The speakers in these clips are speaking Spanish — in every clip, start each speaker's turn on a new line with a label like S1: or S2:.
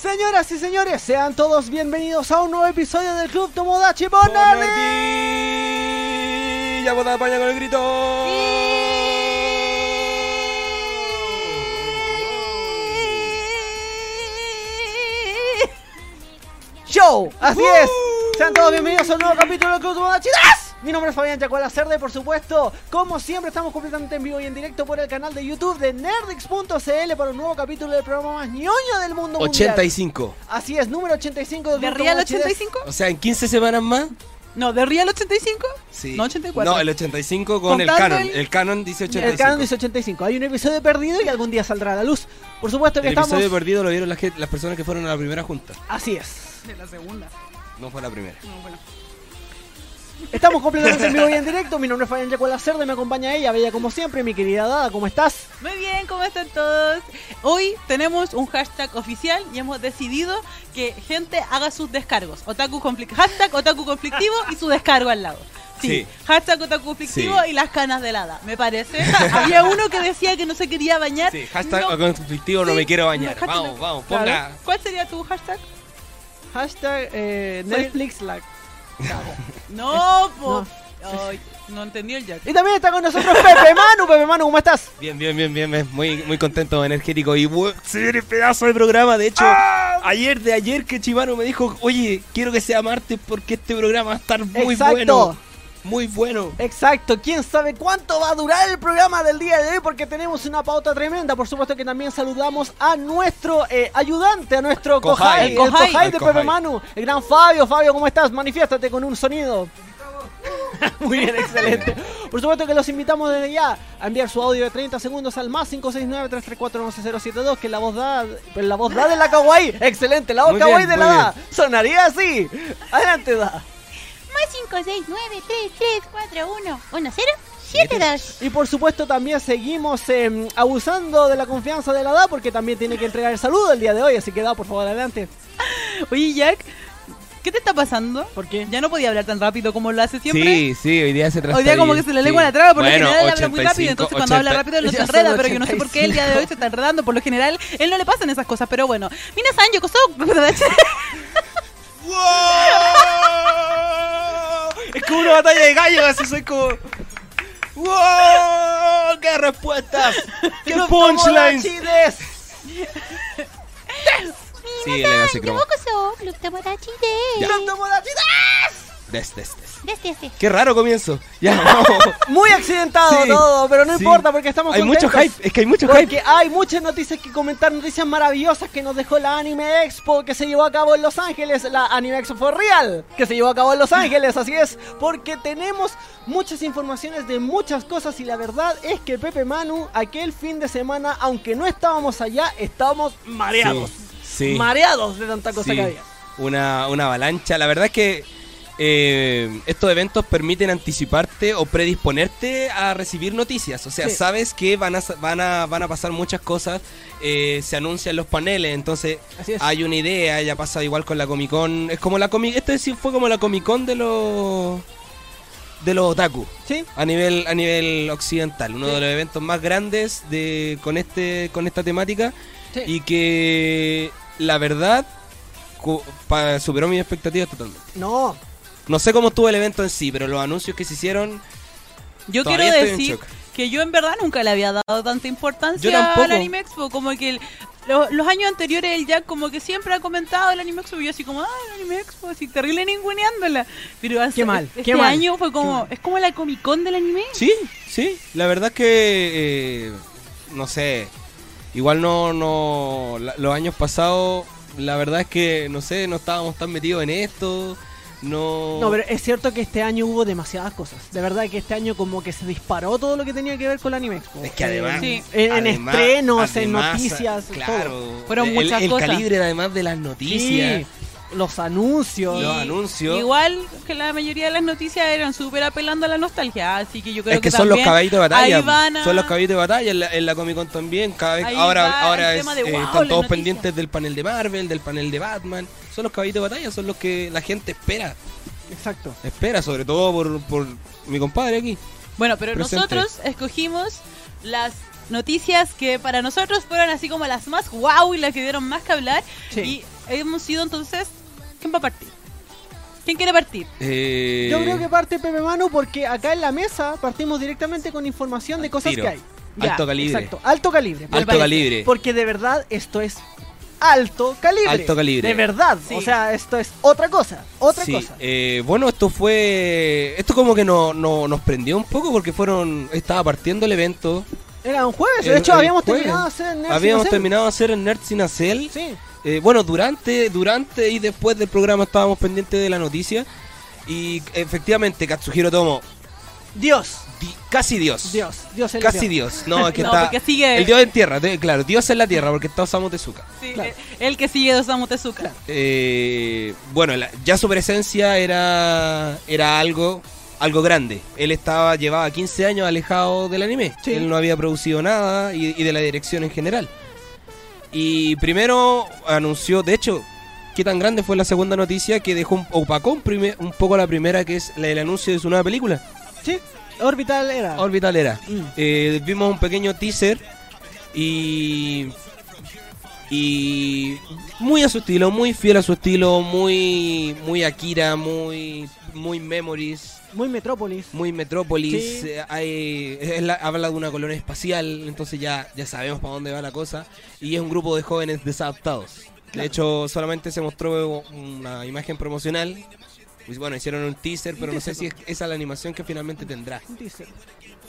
S1: señoras y señores, sean todos bienvenidos a un nuevo episodio del Club Tomodachi Bonardi.
S2: Ya vota España con el grito.
S1: Show, así es. Sean todos bienvenidos a un nuevo capítulo del Club Tomodachi. ¡Das! Mi nombre es Fabián Chacuala Cerda y por supuesto, como siempre, estamos completamente en vivo y en directo por el canal de YouTube de nerdix.cl para un nuevo capítulo del programa más ñoño del mundo mundial.
S2: 85.
S1: Así es, número 85 del
S3: ¿De
S1: Club
S3: Real
S1: Tomodachi.
S3: 85?
S2: O sea, en 15 semanas más.
S3: No, ¿de Real 85?
S2: Sí.
S3: No, 84.
S2: No, el 85 con el
S3: Contando
S2: canon. El...
S3: el-
S2: canon dice 85.
S1: El canon dice 85. Hay un episodio perdido y algún día saldrá a la luz. Por supuesto que
S2: El
S1: estamos.
S2: episodio perdido lo vieron las, gen- las personas que fueron a la primera junta.
S1: Así es.
S3: De la segunda.
S2: No fue la primera.
S3: No, bueno.
S1: Estamos completamente en vivo y en directo. Mi nombre es Fabián Yacuela Cerda y me acompaña ella, bella como siempre. Mi querida Dada, ¿cómo estás?
S3: Muy bien, ¿cómo están todos? Hoy tenemos un hashtag oficial y hemos decidido que gente haga sus descargos. Otaku conflic- hashtag otaku conflictivo y su descargo al lado. Sí.
S2: Sí.
S3: Hashtag otaku conflictivo
S2: Sí.
S3: y las canas de helada, me parece. Había uno que decía que no se quería bañar.
S2: Sí, hashtag
S3: No.
S2: conflictivo no
S3: Sí,
S2: me quiero bañar.
S3: hashtag-
S2: Vamos, vamos,
S1: Claro.
S2: ponga.
S3: ¿Cuál sería tu hashtag?
S1: Hashtag eh, Netflix Lag.
S3: No, po.
S1: No.
S3: Ay, No, entendí el jack.
S1: Y también está con nosotros Pepe Manu. Pepe Manu, ¿cómo estás?
S2: Bien, bien, bien, bien, bien. Muy, muy contento, energético y bu- Ah. se viene el pedazo de programa. De hecho, ayer de ayer que Chimano me dijo, oye, quiero que sea martes porque este programa va a estar muy
S1: Exacto.
S2: bueno. Muy bueno.
S1: Exacto, quién sabe cuánto va a durar el programa del día de hoy porque tenemos una pauta tremenda. Por supuesto que también saludamos a nuestro eh, ayudante, a nuestro
S2: Cojai.
S1: Cojai, el
S3: Cojai.
S1: Cojai
S2: El
S1: de
S2: Cojai.
S1: Pepe Manu, el gran Fabio. Fabio, ¿cómo estás? Manifiéstate con un sonido. Muy bien, excelente. Por supuesto que los invitamos desde ya a enviar su audio de 30 segundos al más 569-334-11072, que la voz da, pues, la voz da de la kawaii. Excelente, la voz
S2: Muy bien,
S1: kawaii de la
S2: muy
S1: da. Sonaría así. Adelante, da.
S4: Más 5, 6, 9, 3, 3, 4, 1, 1, 0, 7, 2.
S1: Y por supuesto también seguimos eh, abusando de la confianza de la DA porque también tiene que entregar el saludo el día de hoy, así que DA, por favor, adelante.
S3: Oye, Jack, ¿qué te está pasando?
S1: ¿Por qué?
S3: Ya no podía hablar tan rápido como lo hace siempre.
S2: Sí, sí, hoy día se trata.
S3: Hoy día como que se le lengua la traba, por lo
S2: Bueno,
S3: general él habla muy
S2: 85,
S3: rápido, entonces cuando habla
S2: 80.
S3: rápido él no se
S1: Ya son
S3: enreda, pero yo no sé por qué el
S1: 85.
S3: día de hoy se está enredando, por lo general él no le pasan esas cosas, pero bueno. Mina San, yo coso-
S2: ¡Wow! Es como una batalla de gallos, así soy como. ¡Wow! ¡Qué respuestas! ¡Qué punchlines!
S1: Chides!
S2: Sí, Elena se croma.
S4: Yomokoso, Club Tomodachi de...
S2: Ya.
S1: ¡Club Tomodachi des!
S2: Des, des, des.
S4: Desde este.
S2: Qué raro comienzo. Ya, vamos.
S1: Muy accidentado
S2: Sí,
S1: todo, pero no
S2: sí.
S1: importa porque estamos
S2: Hay mucho
S1: contentos.
S2: hype, es que hay mucho hype.
S1: Porque hay muchas noticias que comentar, noticias maravillosas que nos dejó la Anime Expo que se llevó a cabo en Los Ángeles, la Anime Expo for Real que se llevó a cabo en Los Ángeles, así es, porque tenemos muchas informaciones de muchas cosas y la verdad es que Pepe Manu aquel fin de semana, aunque no estábamos allá, estábamos mareados,
S2: Sí. sí,
S1: mareados de tanta cosa
S2: sí.
S1: que había.
S2: Una, una avalancha. La verdad es que eh, estos eventos permiten anticiparte o predisponerte a recibir noticias. O sea,
S1: Sí.
S2: sabes que van a, sa- van, a, van a pasar muchas cosas. eh, se anuncian los paneles, entonces
S1: Así es.
S2: hay una idea. Ya pasa igual con la Comic Con. Es como la Comic. Este sí fue como la Comic Con de los. de los otaku.
S1: ¿Sí?
S2: A nivel, a nivel occidental, uno
S1: Sí.
S2: de los eventos más grandes de, con, este, con esta temática
S1: Sí.
S2: y que la verdad cu- pa- superó mis expectativas totalmente.
S1: No,
S2: No sé cómo estuvo el evento en sí, pero los anuncios que se hicieron,
S3: Yo
S2: Todavía
S3: quiero
S2: estoy en
S3: decir
S2: shock.
S3: que yo en verdad nunca le había dado tanta importancia
S2: Yo tampoco.
S3: al Anime Expo, como que el- lo- los años anteriores el Jack como que siempre ha comentado el Anime Expo y yo así como, ah, el Anime Expo, así terrible ninguneándola. Pero hace,
S1: Qué mal,
S3: este
S1: qué mal,
S3: año fue como,
S1: mal.
S3: es como la Comic Con del anime.
S2: sí, sí, la verdad es que, eh, no sé, igual no, no, la- los años pasados, la verdad es que, no sé, no estábamos tan metidos en esto, no...
S1: no, pero es cierto que este año hubo demasiadas cosas. De verdad que este año como que se disparó todo lo que tenía que ver con la Anime Expo.
S2: Es que además,
S3: Sí.
S1: En- en
S2: además-
S1: estrenos, en
S2: además,
S1: noticias,
S2: claro,
S3: Fueron
S2: el,
S3: muchas
S2: el
S3: cosas.
S2: calibre además de las noticias.
S1: Sí, los anuncios.
S2: Los anuncios.
S3: Igual que la mayoría de las noticias eran súper apelando a la nostalgia, así que yo creo
S2: Es que, son los
S3: también
S2: caballitos de
S3: ahí
S2: batalla.
S3: van a-
S2: Son los caballitos de batalla en la, en la Comic Con también. Cada vez,
S3: Ahí
S2: ahora
S3: va
S2: ahora
S3: el
S2: es,
S3: tema de,
S2: eh,
S3: wow, la
S2: están todos
S3: noticia.
S2: pendientes del panel de Marvel, del panel de Batman. Son los caballitos de batalla, son los que la gente espera.
S1: Exacto.
S2: Espera, sobre todo por, por mi compadre aquí.
S3: Bueno, pero
S2: presente.
S3: nosotros escogimos las noticias que para nosotros fueron así como las más wow y las que dieron más que hablar.
S1: Sí.
S3: Y Hemos sido entonces. ¿Quién va a partir? ¿Quién quiere partir?
S2: Eh,
S1: Yo creo que parte Pepe Manu porque acá en la mesa partimos directamente con información de
S2: al
S1: cosas
S2: tiro.
S1: que hay.
S3: Ya,
S2: Alto calibre.
S1: Exacto, alto calibre.
S2: Alto
S1: Porque-
S2: calibre.
S1: Porque de verdad esto es alto calibre.
S2: Alto calibre.
S1: De verdad.
S3: Sí.
S1: O sea, esto es otra cosa. Otra
S2: Sí,
S1: cosa.
S2: eh, bueno, esto fue. Esto como que no, no- nos prendió un poco porque fueron. Estaba partiendo el evento.
S1: Era un jueves. De
S2: El-
S1: hecho,
S2: el
S1: habíamos
S2: jueves.
S1: terminado de hacer Nerds
S2: Habíamos
S1: Inocentes.
S2: terminado de hacer el Nerd Sin Acel.
S1: Sí.
S2: Eh, bueno, durante, durante y después del programa estábamos pendientes de la noticia. Y efectivamente, Katsuhiro Tomo,
S1: Dios.
S2: di- casi Dios.
S1: Dios. Dios el
S2: Casi Dios. No, es que
S3: No,
S2: está.
S3: porque sigue-
S2: El Dios en tierra, de- claro, Dios en la tierra, porque está Osamu Tezuka.
S3: Sí,
S1: Claro.
S3: eh, El que sigue de Osamu Tezuka.
S2: Eh, bueno, la- ya su presencia era, era algo, algo grande. Él estaba, llevaba 15 años alejado del anime.
S1: Sí.
S2: Él no había producido nada y, y de la dirección en general. Y primero anunció, de hecho, qué tan grande fue la segunda noticia que dejó un, opacó un, prime- un poco la primera, que es la- el anuncio de su nueva película,
S1: Sí. Orbital era.
S2: Orbital Era.
S1: Mm.
S2: Ah, Eh, vimos un pequeño teaser y. Y. Muy a su estilo, muy fiel a su estilo, muy. Muy Akira, muy. Muy Memories,
S1: Muy Metrópolis.
S2: muy Metrópolis.
S1: Sí.
S2: eh, hay- es la- habla de una colonia espacial, entonces ya, ya sabemos para dónde va la cosa. Y es un grupo de jóvenes desadaptados. De hecho, solamente se mostró una imagen promocional. Pues, Bueno, hicieron un teaser, pero no sé si es- esa es la animación que finalmente tendrá.
S1: Un teaser.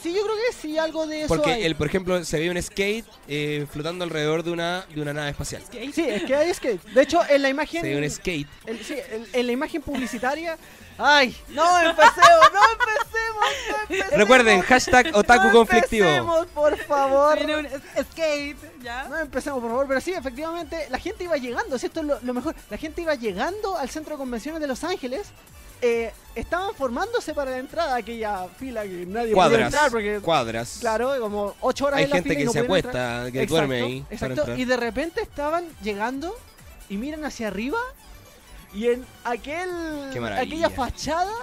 S1: Sí, yo creo que sí, algo de eso. hay.
S2: Porque, el, por ejemplo, se ve un skate eh, flotando alrededor de una, de una nave espacial.
S1: Sí, es que hay skate. De hecho, en la imagen.
S2: Se ve un skate.
S1: El- sí, el- en la imagen publicitaria. ¡Ay! ¡No empecemos! ¡No empecemos! ¡No empecemos!
S2: Recuerden, hashtag otaku
S1: no
S2: conflictivo.
S1: empecemos, por favor.
S3: Tiene un es- skate, ¿ya?
S1: No empecemos, por favor. Pero sí, efectivamente, la gente iba llegando. Si esto es lo, lo mejor, la gente iba llegando al centro de convenciones de Los Ángeles. eh, estaban formándose para la entrada, aquella fila que nadie podía
S2: Cuadras.
S1: entrar porque,
S2: Cuadras.
S1: claro, como ocho horas
S2: Hay
S1: en la
S2: gente
S1: fila y
S2: que
S1: no
S2: se
S1: pudieron
S2: acuesta,
S1: entrar.
S2: que
S1: Exacto,
S2: duerme ahí. para
S1: Exacto,
S2: entrar.
S1: y de repente estaban llegando y miran hacia arriba y en aquel
S2: Qué maravilla.
S1: aquella fachada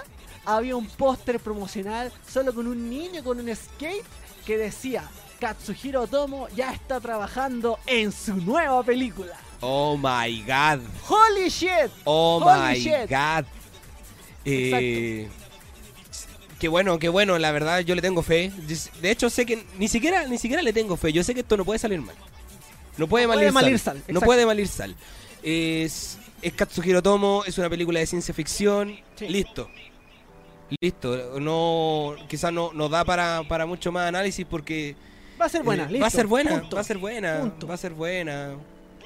S1: había un póster promocional solo con un niño con un skate que decía Katsuhiro Tomo ya está trabajando en su nueva película.
S2: Oh my god.
S1: Holy shit.
S2: Oh
S1: Holy
S2: my
S1: shit.
S2: god. Eh, qué bueno, qué bueno. La verdad, yo le tengo fe. De hecho, sé que ni siquiera, ni siquiera le tengo fe. Yo sé que esto no puede salir mal. No puede mal
S1: puede
S2: ir
S1: mal
S2: sal.
S1: ir sal,
S2: No
S1: exacto.
S2: puede mal ir sal. Es, es Katsuhiro Tomo, es una película de ciencia ficción.
S1: Sí.
S2: Listo. Listo. No, quizás no, no da para, para mucho más análisis porque
S1: Va a ser buena,
S2: eh,
S1: listo,
S2: va a ser buena,
S1: punto.
S2: va a ser buena,
S1: punto.
S2: va a ser buena.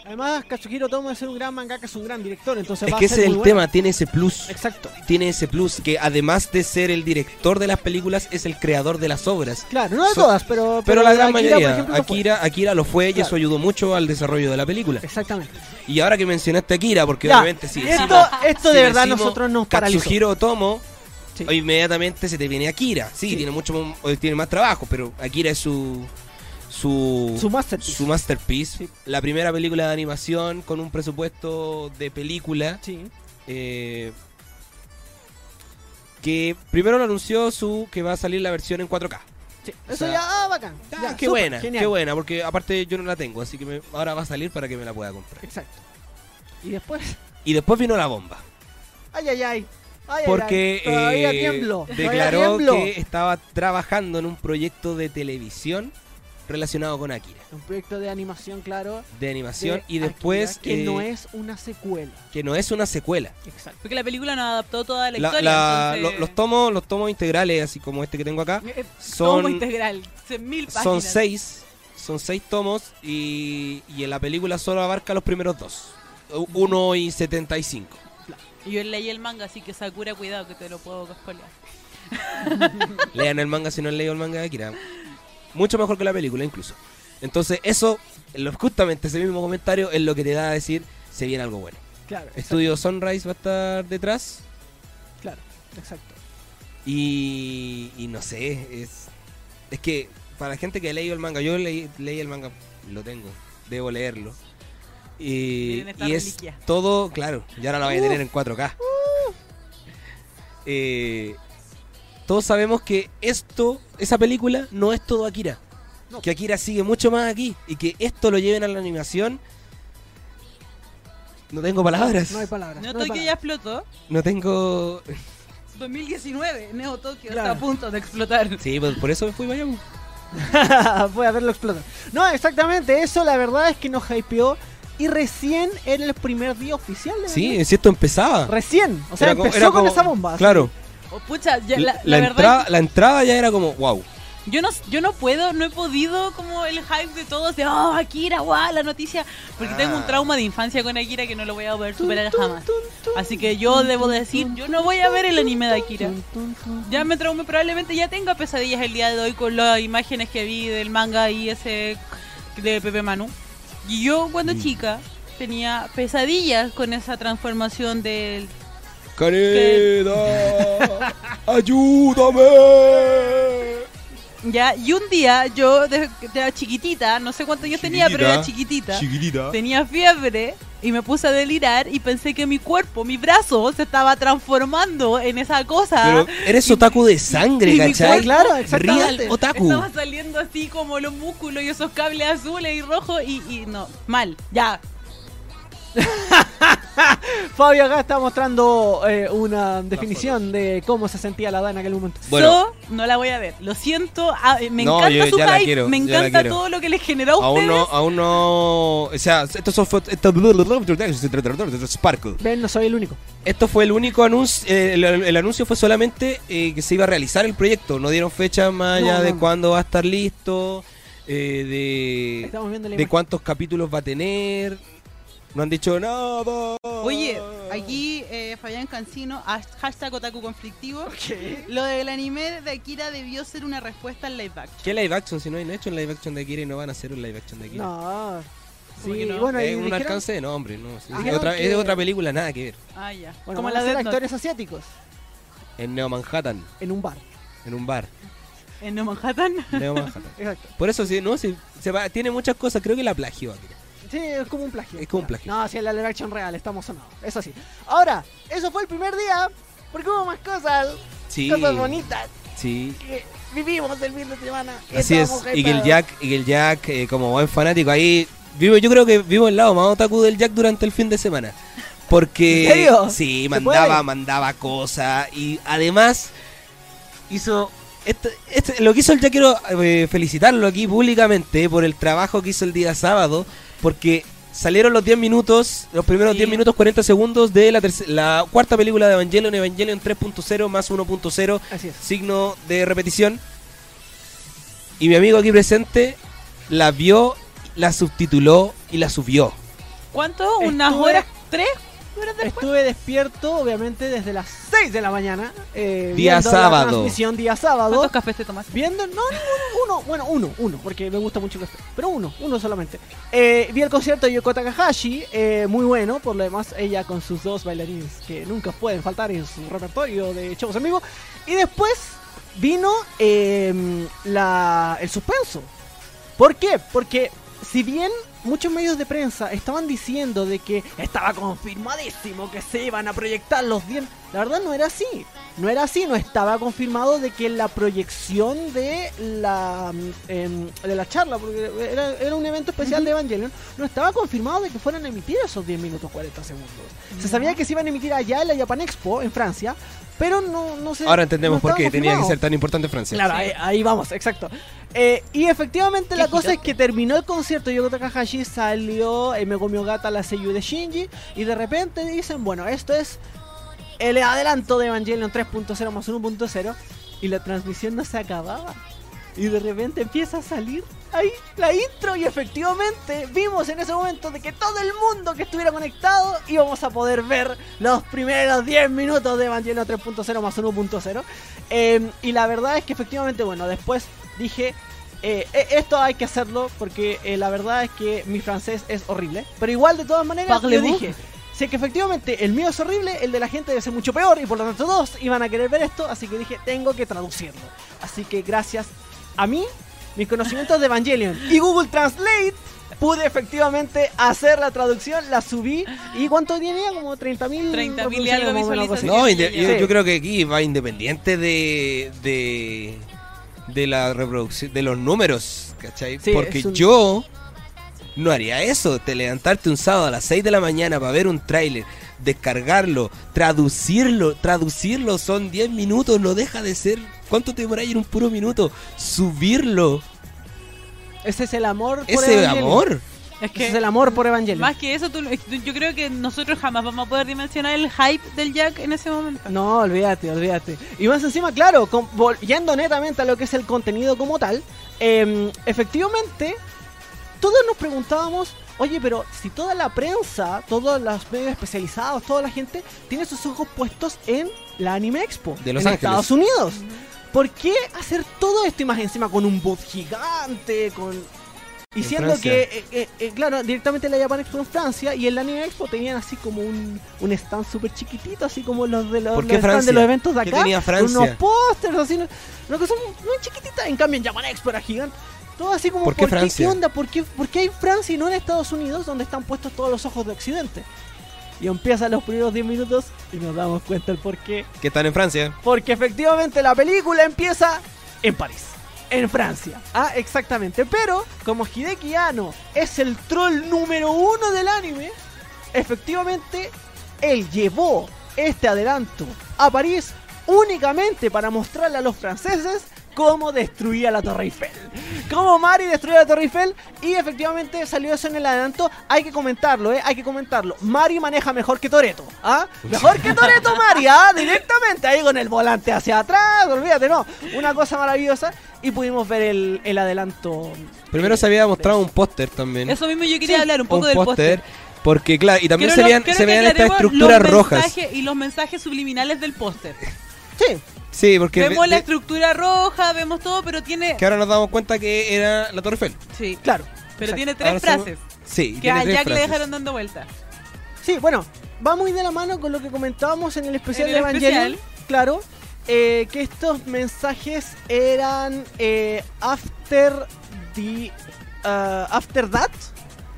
S1: Además, Katsuhiro Tomo es un gran mangaka, es un gran director, entonces
S2: Es
S1: va
S2: que
S1: a ser
S2: ese es
S1: muy
S2: el
S1: buena.
S2: tema, tiene ese plus.
S1: Exacto.
S2: tiene ese plus que además de ser el director de las películas es el creador de las obras.
S1: Claro, no de
S2: So-
S1: todas, pero
S2: Pero la gran
S1: Akira, por
S2: mayoría,
S1: ejemplo, lo fue.
S2: Akira, Akira lo fue y
S1: Claro.
S2: eso ayudó mucho al desarrollo de la película.
S1: Exactamente.
S2: Y ahora que mencionaste a Akira, porque
S1: Ya,
S2: obviamente sí.
S1: esto, esto de verdad nosotros nos paralizó.
S2: Katsuhiro Otomo,
S1: Sí.
S2: o inmediatamente se te viene Akira. Sí,
S1: Sí.
S2: tiene mucho mo- o tiene más trabajo, pero Akira es su su
S1: Su masterpiece.
S2: su masterpiece.
S1: Sí.
S2: la primera película de animación con un presupuesto de película.
S1: Sí.
S2: eh, que primero lo anunció su que va a salir la versión en 4K.
S1: Sí,
S2: O
S1: Eso
S2: sea,
S1: ya, ah, bacán.
S2: Ah,
S1: Ya,
S2: qué
S1: súper,
S2: buena,
S1: genial.
S2: qué buena, porque aparte yo no la tengo, así que me- ahora va a salir para que me la pueda comprar.
S1: Exacto. Y después,
S2: Y después vino la bomba,
S1: ay, ay, ay. ay
S2: porque
S1: ay, ay, todavía
S2: eh,
S1: tiemblo. todavía
S2: declaró
S1: tiemblo.
S2: que estaba trabajando en un proyecto de televisión relacionado con Akira,
S1: Un proyecto de animación, claro.
S2: de animación,
S1: de
S2: y después
S1: Akira, que
S2: eh,
S1: no es una secuela.
S2: que no es una secuela.
S1: Exacto.
S3: Porque la película no adaptó toda la,
S2: La-
S3: historia.
S2: la- lo-
S3: entonces-
S2: los tomos, los tomos integrales, así como este que tengo acá,
S3: Eh, eh,
S2: son-
S3: tomo integral, son mil páginas.
S2: son seis, son seis tomos y, y en la película solo abarca los primeros dos, u- uno y 75.
S3: Y Yo leí el manga, así que Sakura, cuidado que te lo puedo spoilear.
S2: Lean el manga si no han leído el manga de Akira. Mucho mejor que la película incluso. Entonces eso, lo- justamente ese mismo comentario es lo que te da a decir se viene algo bueno.
S1: Claro, exacto,
S2: Estudio Sunrise va a estar detrás
S1: claro, exacto.
S2: y, y no sé, es, es que para la gente que ha leído el manga, yo leí, leí el manga, lo tengo, debo leerlo. Y,
S3: Miren esta
S2: y es
S3: reliquia. Uh.
S2: todo, claro, y ahora la voy a tener en 4K. Eh, todos sabemos que esto, esa película, no es todo Akira.
S1: No.
S2: Que Akira sigue mucho más aquí y que esto lo lleven a la animación. No tengo palabras.
S1: No hay palabras.
S3: No
S1: no hay
S3: Tokio ya
S1: palabras.
S3: explotó.
S2: No tengo.
S3: 2019, Neo Tokio
S1: Claro.
S3: está a punto de explotar.
S2: Sí, por, por eso me fui para allá. po.
S1: Voy a verlo explotar. No, exactamente, eso la verdad es que nos hypeó. Y recién era el primer día oficial de
S2: Sí,
S1: Berlín.
S2: es cierto, empezaba.
S1: Recién. O sea,
S2: Era como-
S1: empezó
S2: era
S1: con
S2: como-
S1: esa bomba. así.
S2: Claro.
S3: Oh, pucha, ya la,
S2: la,
S3: la verdad
S2: entrada,
S3: es
S2: la entrada ya era como, wow.
S3: que yo no, yo no puedo, no he podido como el hype de todos de, oh, Akira, guau, la noticia. Porque
S2: Ah.
S3: tengo un trauma de infancia con Akira que no lo voy a poder
S1: Tun,
S3: superar
S1: tun,
S3: jamás.
S1: tun, tun,
S3: Así que yo debo decir, yo no voy a ver el anime de Akira.
S1: tun, tun, tun.
S3: Ya me traumé, probablemente ya tenga pesadillas el día de hoy con las imágenes que vi del manga y ese de Pepe Manu. Y yo cuando
S2: Mm.
S3: chica tenía pesadillas con esa transformación del...
S2: Querida, ayúdame.
S3: Ya, y un día yo de- era chiquitita, no sé cuántos años tenía, pero era chiquitita.
S2: Chiquitita.
S3: Tenía fiebre y me puse a delirar y pensé que mi cuerpo, mi brazo, se estaba transformando en esa cosa.
S2: Pero eres otaku de sangre,
S3: y mi
S1: Ah,
S2: ¿cachai?
S3: cuerpo-
S1: claro,
S2: Real
S1: exactamente.
S2: otaku.
S3: Estaba saliendo así como los músculos y esos cables azules y rojos y, y no, mal, ya.
S1: Fabio acá está mostrando eh, una definición de cómo se sentía la edad en aquel momento.
S2: Bueno.
S3: Yo no la voy a ver, lo siento, ah, eh, me
S2: No,
S3: encanta
S2: yo
S3: su
S2: ya la
S3: hype,
S2: quiero,
S3: me
S2: yo la
S3: encanta
S2: quiero.
S3: todo lo que les generó a
S2: Aún
S3: ustedes.
S2: no, aún no. O sea, esto son fue. Esto, Sparkle.
S1: Ven, no soy el único.
S2: Esto fue el único anuncio. eh, el, el anuncio fue solamente eh, que se iba a realizar el proyecto. No dieron fecha más
S1: No,
S2: allá
S1: no,
S2: de
S1: no.
S2: cuándo va a estar listo, eh,
S1: Estamos viendo la
S2: de, de
S1: imagen.
S2: cuántos capítulos va a tener. No han dicho nada.
S3: Oye, aquí eh, Fabián Cancino, has- hashtag otaku conflictivo. Lo del anime de Akira debió ser una respuesta al live action.
S2: ¿Qué live action? Si no han hecho un live action de Akira y no van a hacer un live action de Akira.
S1: No. Sí,
S3: que no?
S1: bueno, y
S2: es un
S1: dijeron-
S2: alcance de nombre, no. sí,
S1: Dijeron
S2: es, otra, es
S1: que-
S2: otra película, nada que ver.
S3: Ah, ya.
S1: Bueno,
S3: Como
S1: van
S3: la
S1: a ser
S3: de
S1: actores asiáticos
S2: En Neo Manhattan,
S1: en un bar.
S2: en un bar.
S3: en No Manhattan.
S2: Neo Manhattan.
S1: Exacto.
S2: Por eso, sí, no, sí, se va- tiene muchas cosas. Creo que la plagió Akira.
S1: Sí, es como un plagio.
S2: Es como un plagio.
S1: No, sí, es la live action real, estamos sonados. Eso sí. Ahora, eso fue el primer día, porque hubo más cosas,
S2: Sí.
S1: cosas bonitas
S2: Sí.
S1: que vivimos el fin de semana. y
S2: Así es,
S1: estábamos
S2: y que el
S1: hypeados.
S2: Jack, y que el Jack eh, como buen fanático, ahí vivo, yo creo que vivo el lado más otaku del Jack durante el fin de semana. Porque
S1: ¿En serio?
S2: sí,
S1: ¿Se
S2: mandaba,
S1: puede?
S2: mandaba cosas y además hizo este- este- lo que hizo el Jack quiero eh, felicitarlo aquí públicamente por el trabajo que hizo el día sábado, porque salieron los 10 minutos, los primeros
S3: Sí.
S2: 10 minutos 40 segundos de la, terce- la cuarta película de Evangelion, Evangelion 3.0 más 1.0
S1: Así es.
S2: signo de repetición. Y mi amigo aquí presente la vio, la subtituló y la subió.
S3: ¿Cuánto? ¿Unas
S1: Estuve-
S3: horas? ¿Tres? ¿Horas de...
S1: Estuve despierto, obviamente, desde las 6 de la mañana. eh,
S2: Día
S1: viendo
S2: sábado.
S1: La transmisión día sábado.
S3: ¿Cuántos cafés te tomaste?
S1: Viendo, no, ninguno, uno, bueno, uno, uno, porque me gusta mucho el café, pero uno, uno solamente. Eh, vi el concierto de Yoko Takahashi, eh, muy bueno, por lo demás, ella con sus dos bailarines que nunca pueden faltar en su repertorio de shows en vivo. Y después vino eh, la, el suspenso. ¿Por qué? Porque si bien muchos medios de prensa estaban diciendo de que estaba confirmadísimo que se iban a proyectar los 10, la verdad no era así. No era así, no estaba confirmado de que la proyección de la mm, em, de la charla, porque era, era un evento especial de Evangelion, no estaba confirmado de que fueran a emitir esos 10 minutos 40 segundos.
S2: Mm.
S1: Se sabía que se iban a emitir allá en la Japan Expo, en Francia, pero no, no se...
S2: Ahora entendemos
S1: no
S2: por
S1: estaba
S2: qué tenía que
S1: confirmado.
S2: ser tan importante Francia.
S1: Claro, ahí, ahí vamos, exacto. Eh, y efectivamente la
S3: Qué
S1: cosa es
S3: girote.
S1: que terminó el concierto, Yoko Takahashi salió, eh, me comió gata la seiyuu de Shinji, y de repente dicen, bueno, esto es el adelanto de Evangelion 3.0 más 1.0, y la transmisión no se acababa. Y de repente empieza a salir ahí la intro y efectivamente vimos en ese momento de que todo el mundo que estuviera conectado íbamos a poder ver los primeros 10 minutos de Evangelion 3.0 más 1.0. Eh, y la verdad es que efectivamente, bueno, después dije, eh, e- esto hay que hacerlo porque eh, la verdad es que mi francés es horrible. Pero igual, de todas maneras, yo
S3: Parlez-vous?
S1: dije, sé que efectivamente el mío es horrible, el de la gente debe ser mucho peor y por lo tanto todos iban a querer ver esto, así que dije, tengo que traducirlo. Así que gracias a mí, mis conocimientos de Evangelion y Google Translate, pude efectivamente hacer la traducción, la subí y ¿cuánto tenía? Como 30.000
S3: 30.000 y
S1: reproducciones,
S3: algo
S1: más o menos,
S3: visualizaciones.
S1: algo así.
S2: No, inde-
S3: Sí.
S2: yo, yo creo que aquí va independiente de, de, de la reproducción, de los números, ¿cachai?
S1: Sí,
S2: Porque
S1: es un-
S2: yo no haría eso. Te levantarte un sábado a las 6 de la mañana para ver un tráiler, descargarlo, traducirlo, traducirlo, son 10 minutos, no deja de ser. ¿Cuánto te demoráis en un puro minuto? Subirlo.
S1: Ese es el amor por
S2: Ese
S1: Evangelion.
S2: amor.
S3: Es
S1: Ese es el amor por Evangelion.
S3: Más que eso, tú- yo creo que nosotros jamás vamos a poder dimensionar el hype del Jack en ese momento.
S1: No, olvídate, olvídate. Y más encima, claro, con- vol- yendo netamente a lo que es el contenido como tal, em, efectivamente, todos nos preguntábamos, oye, pero si toda la prensa, todos los medios especializados, toda la gente, tiene sus ojos puestos en la Anime Expo
S2: De Los
S1: en
S2: Ángeles.
S1: Estados Unidos. ¿Por qué hacer todo esto y más encima con un bot gigante, con... Y
S2: En
S1: siendo
S2: Francia.
S1: que, eh, eh, eh, claro, directamente la Japan Expo en Francia y en la Anime Expo tenían así como un, un stand súper chiquitito, así como los de los,
S2: ¿Por qué
S1: los stand de
S2: Francia?
S1: los eventos de
S2: ¿Qué
S1: acá.
S2: tenía Francia?
S1: Unos pósters, así, no- no que son muy chiquititas. En cambio, en Japan Expo era gigante. Todo así como,
S2: ¿Por qué Francia?
S1: onda? ¿Por qué, por qué hay Francia y no en Estados Unidos donde están puestos todos los ojos de Occidente? Y empiezan los primeros 10 minutos y nos damos cuenta el por qué.
S2: Que están en Francia.
S1: Porque efectivamente la película empieza en París, en Francia. Ah, exactamente. Pero como Hideki Anno es el troll número uno del anime, efectivamente él llevó este adelanto a París únicamente para mostrarle a los franceses cómo destruía la Torre Eiffel. Cómo Mari destruía la Torre Eiffel y efectivamente salió eso en el adelanto. Hay que comentarlo, ¿eh? Hay que comentarlo. Mari maneja mejor que Toreto, ¿ah? Mejor que Toreto Mari, ¿ah? Directamente ahí con el volante hacia atrás, olvídate, no. Una cosa maravillosa y pudimos ver el, el adelanto.
S2: Primero se había mostrado un póster también.
S3: Eso mismo yo quería hablar un poco del
S2: póster.
S3: póster.
S2: Porque, claro, y también
S3: Quiero
S2: se
S3: lo-
S2: veían,
S3: quiero
S2: se
S3: que
S2: veían estas
S3: aclaremos los
S2: estructuras rojas.
S3: mensajes Y los mensajes subliminales del póster.
S1: Sí,
S2: Sí, porque
S3: Vemos
S2: ve-
S3: la
S2: ve-
S3: estructura roja, vemos todo, pero tiene.
S2: que ahora nos damos cuenta que era la Torre Eiffel.
S3: Sí,
S1: claro.
S3: pero
S1: Exacto.
S3: tiene tres
S2: Ahora se-
S3: frases.
S2: Sí,
S3: Que
S2: tiene
S3: a
S2: tres
S3: Jack le
S2: frases.
S3: dejaron dando vueltas.
S1: Sí, bueno, va muy de la mano con lo que comentábamos en el especial
S3: En
S1: de
S3: el
S1: Evangelion.
S3: especial.
S1: Claro, eh, que estos mensajes eran eh, after the. ah, after that.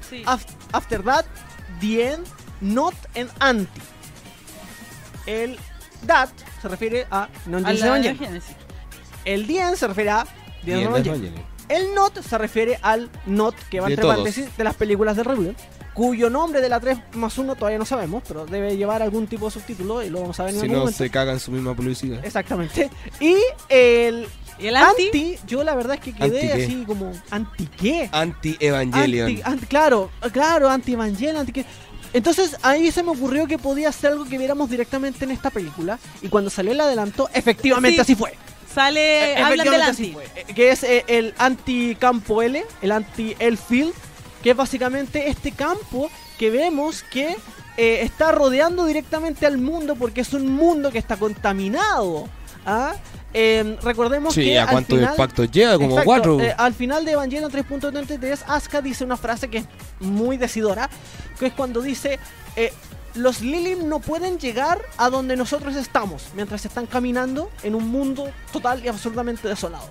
S3: Sí.
S1: af- after that, the end, not an anti. El that se refiere a non
S3: A
S1: Genesis
S3: la
S1: Evangelion.
S3: Génesis.
S1: El the end se refiere a the
S2: Y
S1: end
S2: el
S1: Evangelion.
S2: Evangelion.
S1: El not se refiere al not que va
S2: De
S1: entre
S2: todos.
S1: paréntesis de las películas de Rebuild, cuyo nombre de la 3 más 1 todavía no sabemos, pero debe llevar algún tipo de subtítulo y lo vamos a ver en
S2: Si
S1: algún
S2: no,
S1: momento.
S2: se cagan su misma publicidad.
S1: Exactamente. Y el
S3: Y el
S1: anti,
S3: anti,
S1: yo la verdad es que
S2: ¿Anti
S1: quedé
S2: qué?
S1: así como anti qué?
S2: Anti-Evangelion.
S1: Anti- anti- claro, claro, anti Evangelion, anti qué. Entonces ahí se me ocurrió que podía ser algo que viéramos directamente en esta película y cuando salió el adelanto, efectivamente
S3: Sí.
S1: así fue.
S3: sale.
S1: Eh,
S3: hablan
S1: efectivamente
S3: del anti.
S1: así fue. Eh, Que es eh, el anti-campo L, el anti-Elfield, que es básicamente este campo que vemos que eh, está rodeando directamente al mundo porque es un mundo que está contaminado. ¿ah? Eh, recordemos
S2: Sí,
S1: que
S2: ¿a
S1: al
S2: cuánto
S1: final-
S2: impacto llega? Como
S1: Exacto,
S2: cuatro.
S1: eh, al final de Evangelion 3.33, Asuka dice una frase que es muy decidora, que es cuando dice, eh, los Lilim no pueden llegar a donde nosotros estamos, mientras están caminando en un mundo total y absolutamente desolado.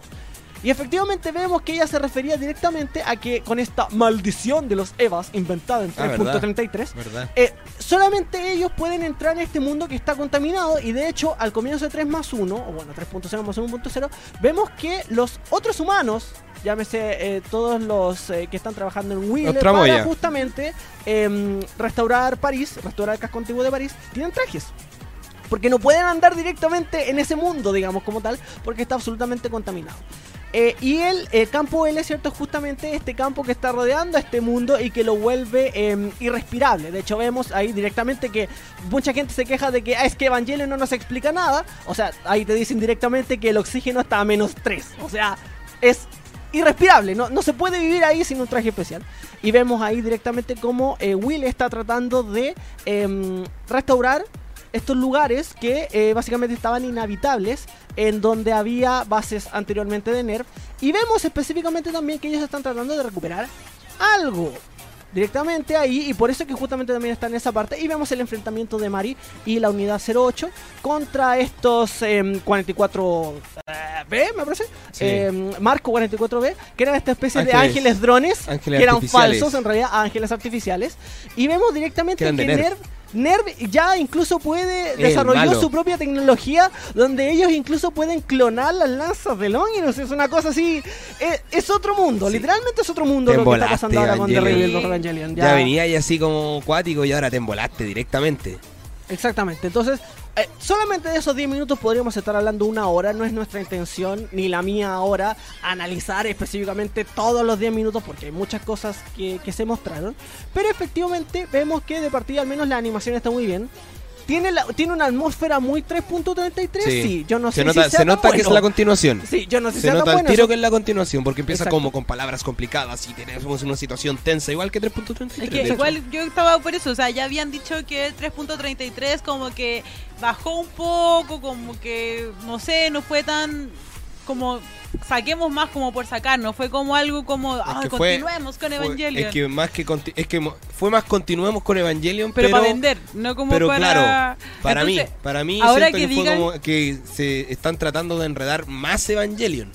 S1: Y efectivamente vemos que ella se refería directamente a que con esta maldición de los Evas inventada en
S2: Ah, ¿verdad?
S1: 3.33,
S2: ¿Verdad?
S1: eh, solamente ellos pueden entrar en este mundo que está contaminado y de hecho al comienzo de 3 más 1, o bueno 3.0 más 1.0, vemos que los otros humanos, llámese eh, todos los eh, que están trabajando en Wheeler
S2: tramoya.
S1: para justamente em, restaurar París, restaurar el casco antiguo de París, tienen trajes. Porque no pueden andar directamente en ese mundo, digamos, como tal, porque está absolutamente contaminado. Eh, y el, eh, campo L, ¿cierto? Es justamente este campo que está rodeando a este mundo y que lo vuelve eh, irrespirable. De hecho, vemos ahí directamente que mucha gente se queja de que "Ah, es que Evangelion no nos explica nada. O sea, ahí te dicen directamente que el oxígeno está a menos 3. O sea, es irrespirable. No, no se puede vivir ahí sin un traje especial. Y vemos ahí directamente cómo eh, Will está tratando de em, restaurar estos lugares que eh, básicamente estaban inhabitables en donde había bases anteriormente de NERV. Y vemos específicamente también que ellos están tratando de recuperar algo directamente ahí y por eso que justamente también está en esa parte y vemos el enfrentamiento de Mari y la unidad 08 contra estos em, 44 eh, B me parece
S2: Sí.
S1: Em, Marco 44B que eran esta especie de
S2: Ángeles.
S1: ángeles drones
S2: Ángeles
S1: que eran
S2: artificiales.
S1: falsos en realidad ángeles artificiales y vemos directamente
S2: Que eran
S1: que
S2: de
S1: Nerv
S2: Nerf.
S1: Nerv ya incluso puede
S2: El
S1: desarrolló
S2: malo.
S1: su propia tecnología donde ellos incluso pueden clonar las lanzas de Longinus. Es una cosa así. Es, es otro mundo.
S2: Sí.
S1: Literalmente es otro mundo
S2: Te
S1: lo que está pasando
S2: embolaste,
S1: ahora con The
S2: Evangelion.
S1: Rebel of Evangelion.
S2: Ya venía y así como cuático y ahora te embolaste directamente.
S1: Exactamente. Entonces, eh, solamente de esos 10 minutos podríamos estar hablando una hora. No es nuestra intención, ni la mía ahora, analizar específicamente todos los 10 minutos porque hay muchas cosas que, que se mostraron. Pero efectivamente vemos que de partida al menos la animación está muy bien. Tiene, la- tiene una atmósfera muy 3.33, sí.
S2: Sí.
S1: Yo no sé
S2: se nota,
S1: si sea
S2: se
S1: tan
S2: nota que es
S1: bueno.
S2: la continuación.
S1: Sí, yo no sé si
S2: Se
S1: sea tan
S2: nota el
S1: bueno.
S2: tiro
S1: Eso-
S2: que es la continuación, porque empieza
S1: Exacto.
S2: como con palabras complicadas y tenemos una situación tensa, igual que 3.33.
S3: Es
S2: de
S3: que
S2: hecho.
S3: igual yo estaba por eso, o sea, ya habían dicho que 3.33 como que bajó un poco, como que, no sé, no fue tan como saquemos más como por sacar, no fue como algo como, ah,
S2: que fue-
S3: continuemos con
S2: Fue-
S3: Evangelion.
S2: Es que más que conti- es que mo- fue más continuemos con Evangelion,
S3: pero,
S2: pero,
S3: para vender, no como
S2: pero
S3: para...
S2: claro, para
S3: Entonces,
S2: mí, para mí
S3: ahora
S2: siento
S3: que
S2: que, fue
S3: digan-
S2: como que se están tratando de enredar más Evangelion.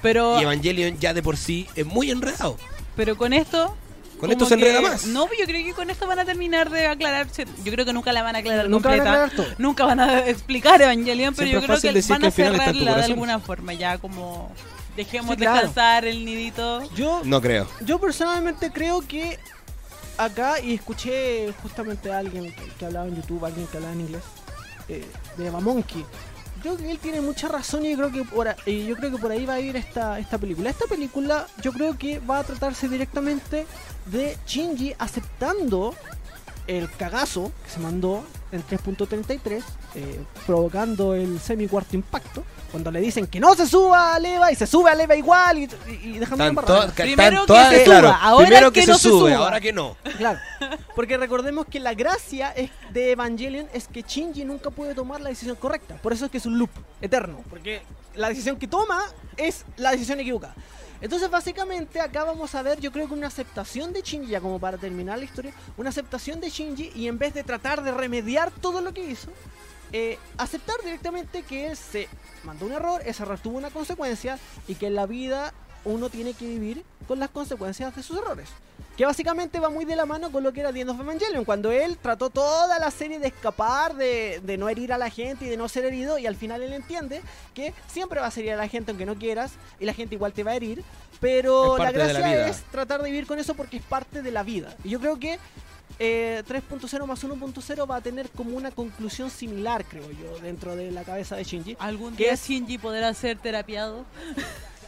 S3: Pero,
S2: Y Evangelion ya de por sí es muy enredado.
S3: pero con esto...
S2: Con
S3: como
S2: esto se
S3: que-
S2: enreda más.
S3: No, yo creo que con esto van a terminar de aclararse. Yo creo que nunca la van a aclarar
S1: Nunca van a
S3: completa.
S1: aclarar todo.
S3: Nunca van a explicar Evangelion, pero
S2: Siempre
S3: yo
S2: es
S3: creo
S2: fácil
S3: que
S2: decir
S3: van
S2: que
S3: a
S2: al final está en tu
S3: cerrarla de
S2: corazón.
S3: alguna forma, ya como dejemos
S1: Sí, claro.
S3: descansar el nidito.
S1: Yo
S2: No creo.
S1: Yo personalmente creo que acá, y escuché justamente a alguien que, que hablaba en YouTube, alguien que hablaba en inglés, eh, de Mamonkey. Creo que él tiene mucha razón y creo que por, a- y yo creo que por ahí va a ir esta, esta película. Esta película yo creo que va a tratarse directamente de Shinji aceptando el cagazo que se mandó en 3.33, eh, provocando el semi-cuarto impacto, cuando le dicen que no se suba a Leva y se sube a Leva igual y, y- y dejando
S2: Están
S1: embarrada.
S2: todas- ca-
S3: Primero
S2: están
S3: que
S2: todas-
S3: se
S2: claro,
S3: suba, ahora
S2: primero que,
S3: que
S2: se,
S3: no se
S2: sube,
S3: suba.
S2: ahora que no.
S1: Claro, porque recordemos que la gracia es- de Evangelion es que Shinji nunca puede tomar la decisión correcta. Por eso es que es un loop eterno. Porque la decisión que toma es la decisión equivocada. Entonces, básicamente, acá vamos a ver, yo creo que una aceptación de Shinji, ya como para terminar la historia, una aceptación de Shinji y en vez de tratar de remediar todo lo que hizo, eh, aceptar directamente que él se mandó un error, ese error tuvo una consecuencia y que en la vida uno tiene que vivir con las consecuencias de sus errores. Que básicamente va muy de la mano con lo que era The End of Evangelion, cuando él trató toda la serie de escapar, de, de no herir a la gente y de no ser herido, y al final él entiende que siempre vas a herir a la gente aunque no quieras, y la gente igual te va a herir, pero
S2: Es
S1: la
S2: parte de la
S1: gracia
S2: vida.
S1: es tratar de vivir con eso porque es parte de la vida. Y yo creo que eh, 3.0 más 1.0 va a tener como una conclusión similar, creo yo, dentro de la cabeza de Shinji.
S3: ¿Algún
S1: ¿Qué
S3: día
S1: es?
S3: Shinji podrá ser terapiado?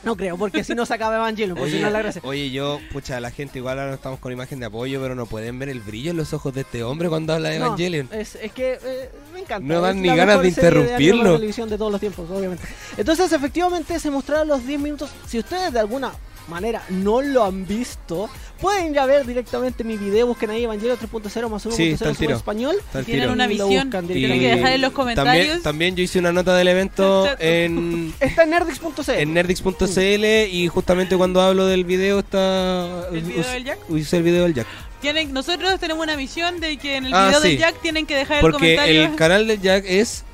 S1: No creo, porque si no se acaba Evangelion, porque si no es la gracia.
S2: oye, yo, pucha, la gente igual ahora estamos con imagen de apoyo, pero no pueden ver el brillo en los ojos de este hombre cuando habla de
S1: No,
S2: Evangelion.
S1: es, es que eh, me encanta.
S2: No dan
S1: Es
S2: ni
S1: la
S2: ganas
S1: mejor
S2: de
S1: serie anime para
S2: interrumpirlo.
S1: televisión de todos los tiempos, obviamente. Entonces, efectivamente, se mostraron los 10 minutos. Si ustedes de alguna manera no lo han visto, pueden ya ver directamente mi video. Busquen ahí Evangelion 3.0 más 1.0
S2: Sí, está al
S1: sub en
S2: tiro.
S1: español.
S2: Está al
S3: Tienen
S2: tiro.
S3: una
S1: Y lo
S3: visión.
S1: buscan
S2: Y
S3: Tienen que dejar en los
S2: también,
S3: comentarios.
S2: también yo hice una nota del evento
S3: Exacto.
S2: en,
S1: Está en nerdix.cl.
S2: en nerdix.cl y justamente cuando hablo del video está...
S3: ¿El video del Jack?
S2: Hice el video del Jack.
S3: Tienen, nosotros tenemos una misión de que en el
S2: Ah,
S3: video de
S2: sí.
S3: Jack tienen que dejar
S2: Porque
S3: el comentario.
S2: el canal del Jack es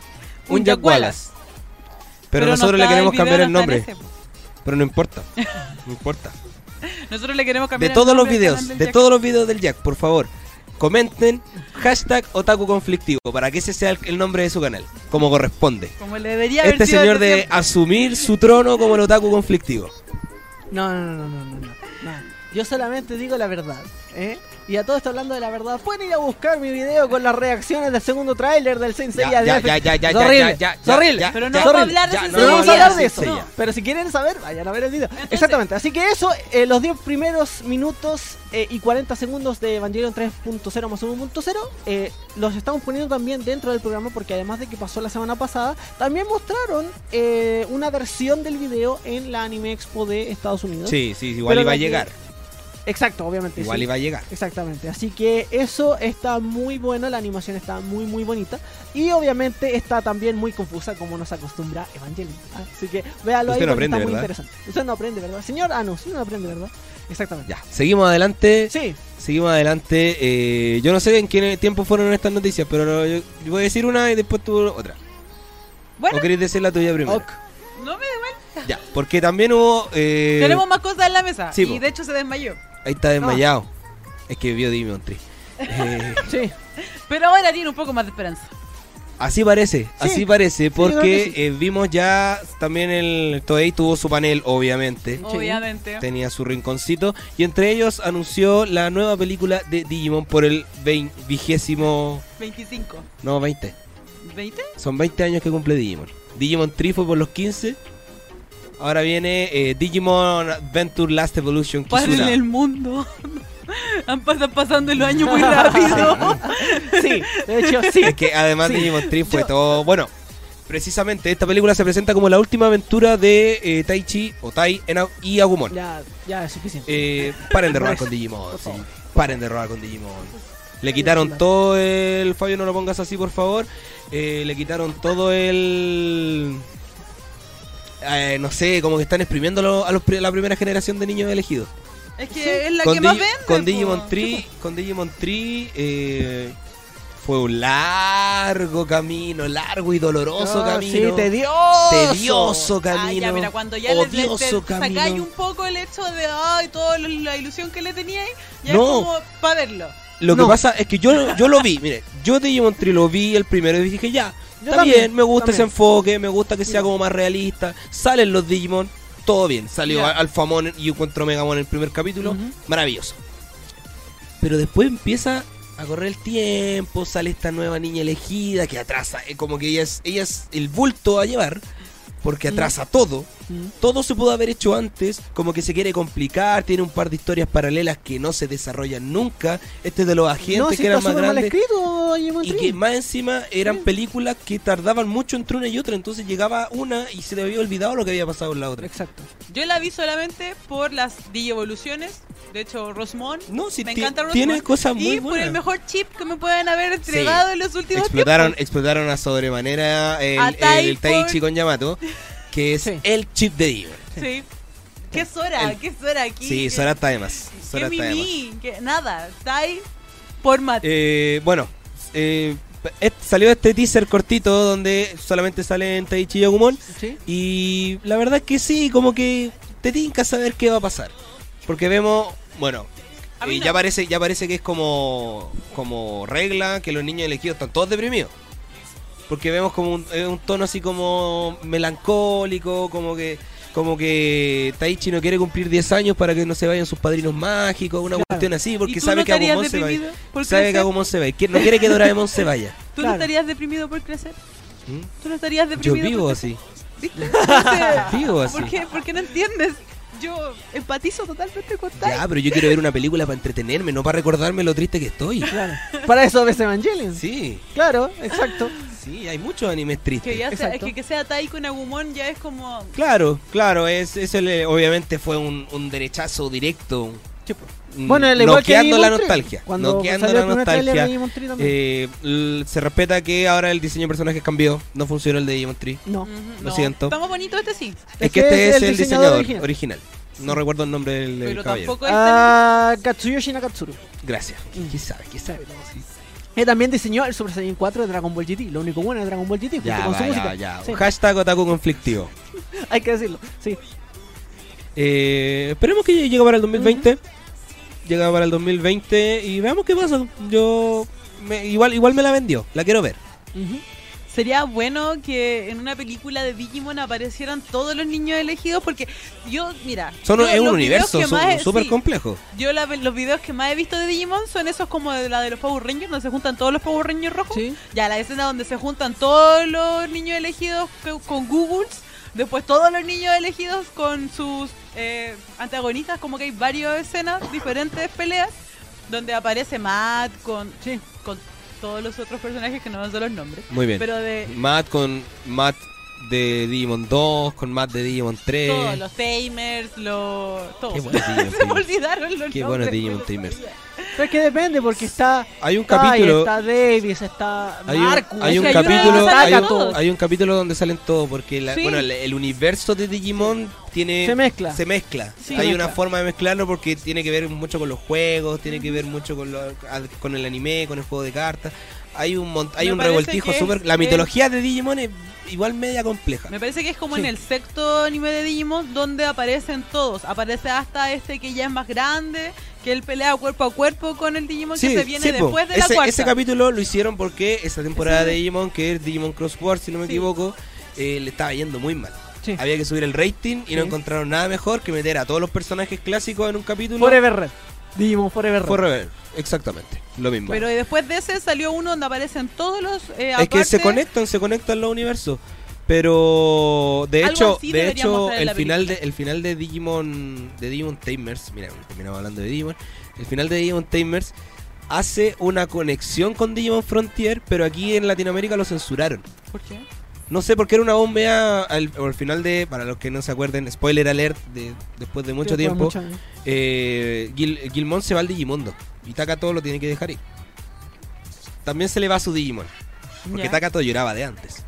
S2: un,
S3: Un
S2: Jack
S3: Jack Wallace.
S2: Wallace. Pero,
S3: no
S2: nosotros le
S3: está
S2: queremos
S3: video,
S2: cambiar
S3: no
S2: el
S3: está en
S2: nombre.
S3: ese, po.
S2: Pero no importa. No importa.
S3: Nosotros le queremos cambiar
S2: De
S3: el
S2: todos los
S3: nombre al canal
S2: videos,
S3: del
S2: de
S3: Jack.
S2: todos los videos del Jack, por favor. Comenten hashtag otaku conflictivo para que ese sea el, el nombre de su canal, como corresponde.
S3: Como le debería haber
S2: Este
S3: sido
S2: señor
S3: desde
S2: de
S3: siempre.
S2: asumir su trono como el otaku conflictivo.
S1: No, no, no, no, no, no, no. Yo solamente digo la verdad, ¿eh? Y a todo esto hablando de la verdad, pueden ir a buscar mi video con las reacciones del segundo tráiler del Saint Seiya de Netflix. Es horrible, es horrible.
S3: Pero no
S1: ya,
S3: vamos
S1: sorry,
S3: a hablar de
S2: ya,
S3: ese
S1: No, vamos a hablar de
S2: sí,
S1: eso.
S2: sí,
S1: no.
S2: ya.
S1: Pero si quieren saber, vayan a ver el video.
S3: Entonces-
S1: Exactamente. Así que eso, eh, los 10 primeros minutos eh, y 40 segundos de Evangelion 3.0 más 1.0, eh, los estamos poniendo también dentro del programa porque además de que pasó la semana pasada, también mostraron eh, una versión del video en la Anime Expo de Estados Unidos.
S2: Sí, sí, igual
S1: Pero
S2: iba a
S1: lo que-
S2: llegar.
S1: Exacto, obviamente.
S2: Igual
S1: sí.
S2: iba a llegar.
S1: Exactamente, así que eso está muy bueno, la animación está muy muy bonita y obviamente está también muy confusa como nos acostumbra Evangelion. ¿ah? Así que véalo
S2: Usted
S1: ahí porque
S2: no
S1: está
S2: aprende,
S1: muy
S2: ¿verdad?
S1: interesante. Usted no aprende, ¿verdad? Señor, ah no, usted no aprende, ¿verdad? Exactamente.
S2: Ya, seguimos adelante.
S1: Sí,
S2: Seguimos adelante. eh, yo no sé en qué tiempo fueron estas noticias, pero yo, yo voy a decir una y después tú otra.
S3: Bueno,
S2: ¿O querés decir la tuya primero?
S1: ok.
S3: no me
S2: Ya, porque también hubo... eh,
S3: Tenemos más cosas en la mesa.
S2: sí,
S3: y
S2: po.
S3: de hecho se desmayó.
S2: Ahí está desmayado. Es que vio Demon Tree. Eh,
S1: Sí.
S3: Pero ahora tiene un poco más de esperanza.
S2: así parece, así parece,
S1: creo
S2: porque
S1: que sí.
S2: eh, vimos ya también el Toei tuvo su panel, obviamente.
S3: Obviamente.
S2: Tenía su rinconcito. Y entre ellos anunció la nueva película de Digimon por el vein- vigésimo.
S3: 25.
S2: No, 20.
S3: ¿20?
S2: Son 20 años que cumple Digimon. Digimon 3 fue por los 15. Ahora viene eh, Digimon Adventure Last Evolution
S3: Paren
S2: Kizuna.
S3: el mundo. Han pasado pasando los años muy rápido.
S1: Sí, de hecho, sí.
S2: Es que además
S1: Sí.
S2: Digimon 3 fue
S1: Yo-
S2: todo. Bueno, precisamente esta película se presenta como la última aventura de eh, Taichi o Tai en Au- y Agumon.
S1: Ya, ya es suficiente.
S2: Eh, paren de robar
S1: Por
S2: con Digimon.
S1: por
S2: sí.
S1: favor.
S2: Paren de robar con Digimon. Le quitaron todo el. Fabio, no lo pongas así, por favor. Eh, le quitaron todo el. eh, no sé, como que están exprimiendo lo- a, los pri- a la primera generación de niños elegidos.
S3: Es que es la
S2: con,
S3: que más
S2: Digi-
S3: vende.
S2: con
S3: po.
S2: Digimon 3. Con Digimon 3. eh, fue un largo camino, largo y doloroso
S1: Ah,
S2: camino.
S1: Sí, tedioso.
S2: Tedioso camino.
S3: Ay, Ah, ya, mira, cuando ya les, les,
S2: odioso
S3: te- sacáis
S2: camino.
S3: un poco el hecho de, ay, toda la ilusión que le teníais, ya
S2: No.
S3: es como para verlo.
S2: Lo que
S1: No.
S2: pasa es que yo, yo lo vi, mire, yo Digimon 3 lo vi el primero y dije, ya,
S1: Yo
S2: está
S1: también,
S2: bien, me gusta ese
S1: también.
S2: enfoque, me gusta que sea como más realista, salen los Digimon, todo bien, salió
S3: Ya.
S2: Al- Alphamon y encuentro Megamon en el primer capítulo,
S1: Ujú.
S2: maravilloso. Pero después empieza a correr el tiempo, sale esta nueva niña elegida que atrasa, eh, como que ella es, ella es el bulto a llevar, porque atrasa todo
S1: Mm.
S2: todo se pudo haber hecho antes, como que se quiere complicar, tiene un par de historias paralelas que no se desarrollan nunca. Este es de los agentes
S1: No, si
S2: que eran
S1: está
S2: más
S1: súper mal
S2: grandes.
S1: escrito, Digimon
S2: Y
S1: Tree.
S2: que más encima eran películas que tardaban mucho entre una y otra, entonces llegaba una y se le había olvidado lo que había pasado en la otra.
S1: Exacto.
S3: Yo la vi solamente por las digievoluciones. De hecho, Rosmón.
S2: No, si
S3: me
S2: ti-
S3: encanta Rosmón.
S2: tiene cosas muy
S3: Y por el
S2: buenas.
S3: mejor chip que me pueden haber entregado en los últimos
S2: Explotaron, explotaron a sobremanera el,
S3: A
S2: el-
S3: Tai
S2: el Taichi
S3: por-
S2: con Yamato, que es
S1: Sí.
S2: el chip de Dio.
S3: tiempos. Sí. ¿Qué es hora?
S2: El-
S3: ¿Qué es hora aquí?
S2: Sí,
S3: ¿Qué-
S2: Sora está de más.
S3: ¿Qué
S2: Sora está de más.
S3: mimí? ¿Qué- Nada. Está ahí por mate.
S2: Eh, bueno, eh, et- salió este teaser cortito donde solamente salen Taichi y Agumon.
S1: Sí.
S2: Y la verdad es que sí, como que te tinca saber qué va a pasar. Porque vemos, bueno,
S3: A mí
S2: eh,
S3: no.
S2: ya, parece, ya parece que es como, como regla que los niños elegidos están todos deprimidos. Porque vemos como un, eh, un tono así como melancólico, como que como que Taichi no quiere cumplir 10 años para que no se vayan sus padrinos mágicos, una
S1: Claro.
S2: cuestión así,
S3: ¿Y
S2: porque
S3: tú
S2: sabe
S3: no
S2: que
S3: estarías
S2: Agumon se va a ir.
S3: deprimido por
S2: Sabe que
S3: crecer?
S2: Agumon se va. y que- No quiere que Doraemon se vaya.
S3: ¿Tú
S1: Claro.
S3: no estarías deprimido por crecer?
S2: ¿Mm?
S3: ¿Tú no estarías
S2: Yo
S3: deprimido
S2: vivo
S3: por
S2: así.
S3: ¿Viste? Entonces,
S2: Vivo así.
S3: ¿Por qué? ¿Por qué no entiendes? Yo empatizo totalmente con Tai.
S2: Ya, pero yo quiero ver una película para entretenerme, no para recordarme lo triste que estoy.
S1: Claro. Para eso ves Evangelion.
S2: Sí,
S1: Claro, exacto.
S2: sí, hay muchos animes
S3: Que
S2: tristes.
S3: ya sea, es
S1: Exacto.
S3: que, que sea Tai con Agumon ya es como...
S2: Claro, claro, es, eso le- obviamente fue un, un derechazo directo.
S3: pues.
S2: mm,
S1: Bueno, el igual que
S2: noqueando
S1: Digimon
S2: la
S1: Tree.
S2: nostalgia.
S1: Cuando
S2: noqueando
S1: salió
S2: la
S1: el primer tráiler de
S2: nostalgia.
S1: Digimon Tree también.
S2: Eh, l- se respeta que ahora el diseño de personajes cambió, no funcionó el de Digimon Tree.
S1: no.
S3: Ujú,
S2: Lo siento.
S3: Estamos bonitos este sí.
S2: Es que este es el diseñador original.
S1: original.
S2: No recuerdo el nombre del, del
S3: Pero
S2: caballero.
S3: tampoco es tan...
S1: Ah, Katsuyoshi Nakatsuru.
S2: Gracias.
S1: Mm.
S2: ¿Quién sabe? ¿Quién sabe? Sí.
S1: Él también diseñó el Super Saiyan 4 de Dragon Ball GT. Lo único bueno de Dragon Ball GT junto
S2: Ya,
S1: con su
S2: va,
S1: música.
S2: ya, ya.
S1: Sí,
S2: Hashtag otaku conflictivo.
S1: hay que decirlo. Sí.
S2: Eh, esperemos que llegue para el 2020. Llega para el 2020 y veamos qué pasa. Yo me- igual igual me la vendió, la quiero ver.
S1: Ujú.
S3: Sería bueno que en una película de Digimon aparecieran todos los niños elegidos porque yo, mira...
S2: Son,
S3: yo
S2: es un
S3: los videos
S2: universo
S3: que más he-
S2: su- súper
S3: sí,
S2: complejo.
S3: Yo la- los videos que más he visto de Digimon son esos como de la de los Power Rangers, donde se juntan todos los Power Rangers rojos.
S1: Sí.
S3: Ya la escena donde se juntan todos los niños elegidos co- con Googles, después todos los niños elegidos con sus eh, antagonistas, como que hay varias escenas, diferentes peleas, donde aparece Matt con,
S1: Sí.
S3: con todos los otros personajes que no me sé los nombres.
S2: Muy bien.
S3: Pero de
S2: Matt con Matt de Digimon 2, con Matt de Digimon 3.
S3: todos, los Tamers, los... todos.
S2: Eh, Qué bueno Digimon
S3: se me
S2: Tamers.
S3: olvidaron los
S2: Qué
S3: nombres,
S2: buenos Digimon
S3: me los
S2: Tamers.
S3: sabía.
S1: Pero es que depende porque está.
S2: Hay un
S1: Tai,
S2: capítulo
S1: está Davis, está
S2: hay un,
S1: Marcus.
S2: hay
S3: es
S2: un
S3: que hay uno
S2: capítulo
S3: donde
S2: hay
S3: salen
S2: un,
S3: todos.
S2: hay un capítulo donde salen todos porque la-
S3: Sí.
S2: bueno, el, el universo de Digimon tiene
S1: Se mezcla.
S2: se mezcla.
S3: Sí.
S2: hay
S1: Se
S2: una
S1: mezcla.
S2: forma de mezclarlo porque tiene que ver mucho con los juegos tiene que ver mucho con, lo- al- con el anime con el juego de cartas hay un mont- hay
S3: Me
S2: un
S3: parece
S2: revoltijo
S3: que
S2: súper
S3: es-
S2: la
S3: es-
S2: mitología de Digimon es igual media compleja
S3: Me parece que es como
S1: Sí.
S3: en el sexto anime de Digimon donde aparecen todos. Aparece hasta este que ya es más grande, que él pelea cuerpo a cuerpo con el Digimon
S2: Sí,
S3: que se viene
S2: sí, po.
S3: después de
S2: ese,
S3: la cuarta.
S2: ese capítulo lo hicieron porque esa temporada
S3: Ese-
S2: de Digimon, que es Digimon Cross War, si no me
S3: Sí.
S2: equivoco, eh, le estaba yendo muy mal.
S1: Sí.
S2: Había que subir el rating y no
S1: Sí.
S2: encontraron nada mejor que meter a todos los personajes clásicos en un capítulo.
S1: Forever Red. Digimon Forever Red.
S2: Forever. Exactamente, lo mismo.
S3: Pero después de ese salió uno donde aparecen todos los eh,
S2: es que se
S3: aparte-
S2: conectan, se conectan los universos. Pero de
S3: Algo
S2: hecho,
S3: así
S2: de
S3: deberían
S2: hecho
S3: mostrar en
S2: el
S3: la
S2: final de,
S3: película.
S2: el final de Digimon de Digimon Tamers, mira, terminamos hablando de Digimon. El final de Digimon Tamers hace una conexión con Digimon Frontier, pero aquí en Latinoamérica lo censuraron.
S3: ¿Por qué?
S2: No sé por qué era una bomba al, al final de, para los que no se acuerden, spoiler alert de después de mucho
S1: Sí,
S2: tiempo,
S1: mucho-
S2: eh, Gil- Gilmon se va al Digimundo y Takato lo tiene que dejar ir. También se le va su Digimon, porque
S3: Ya.
S2: Takato lloraba de antes.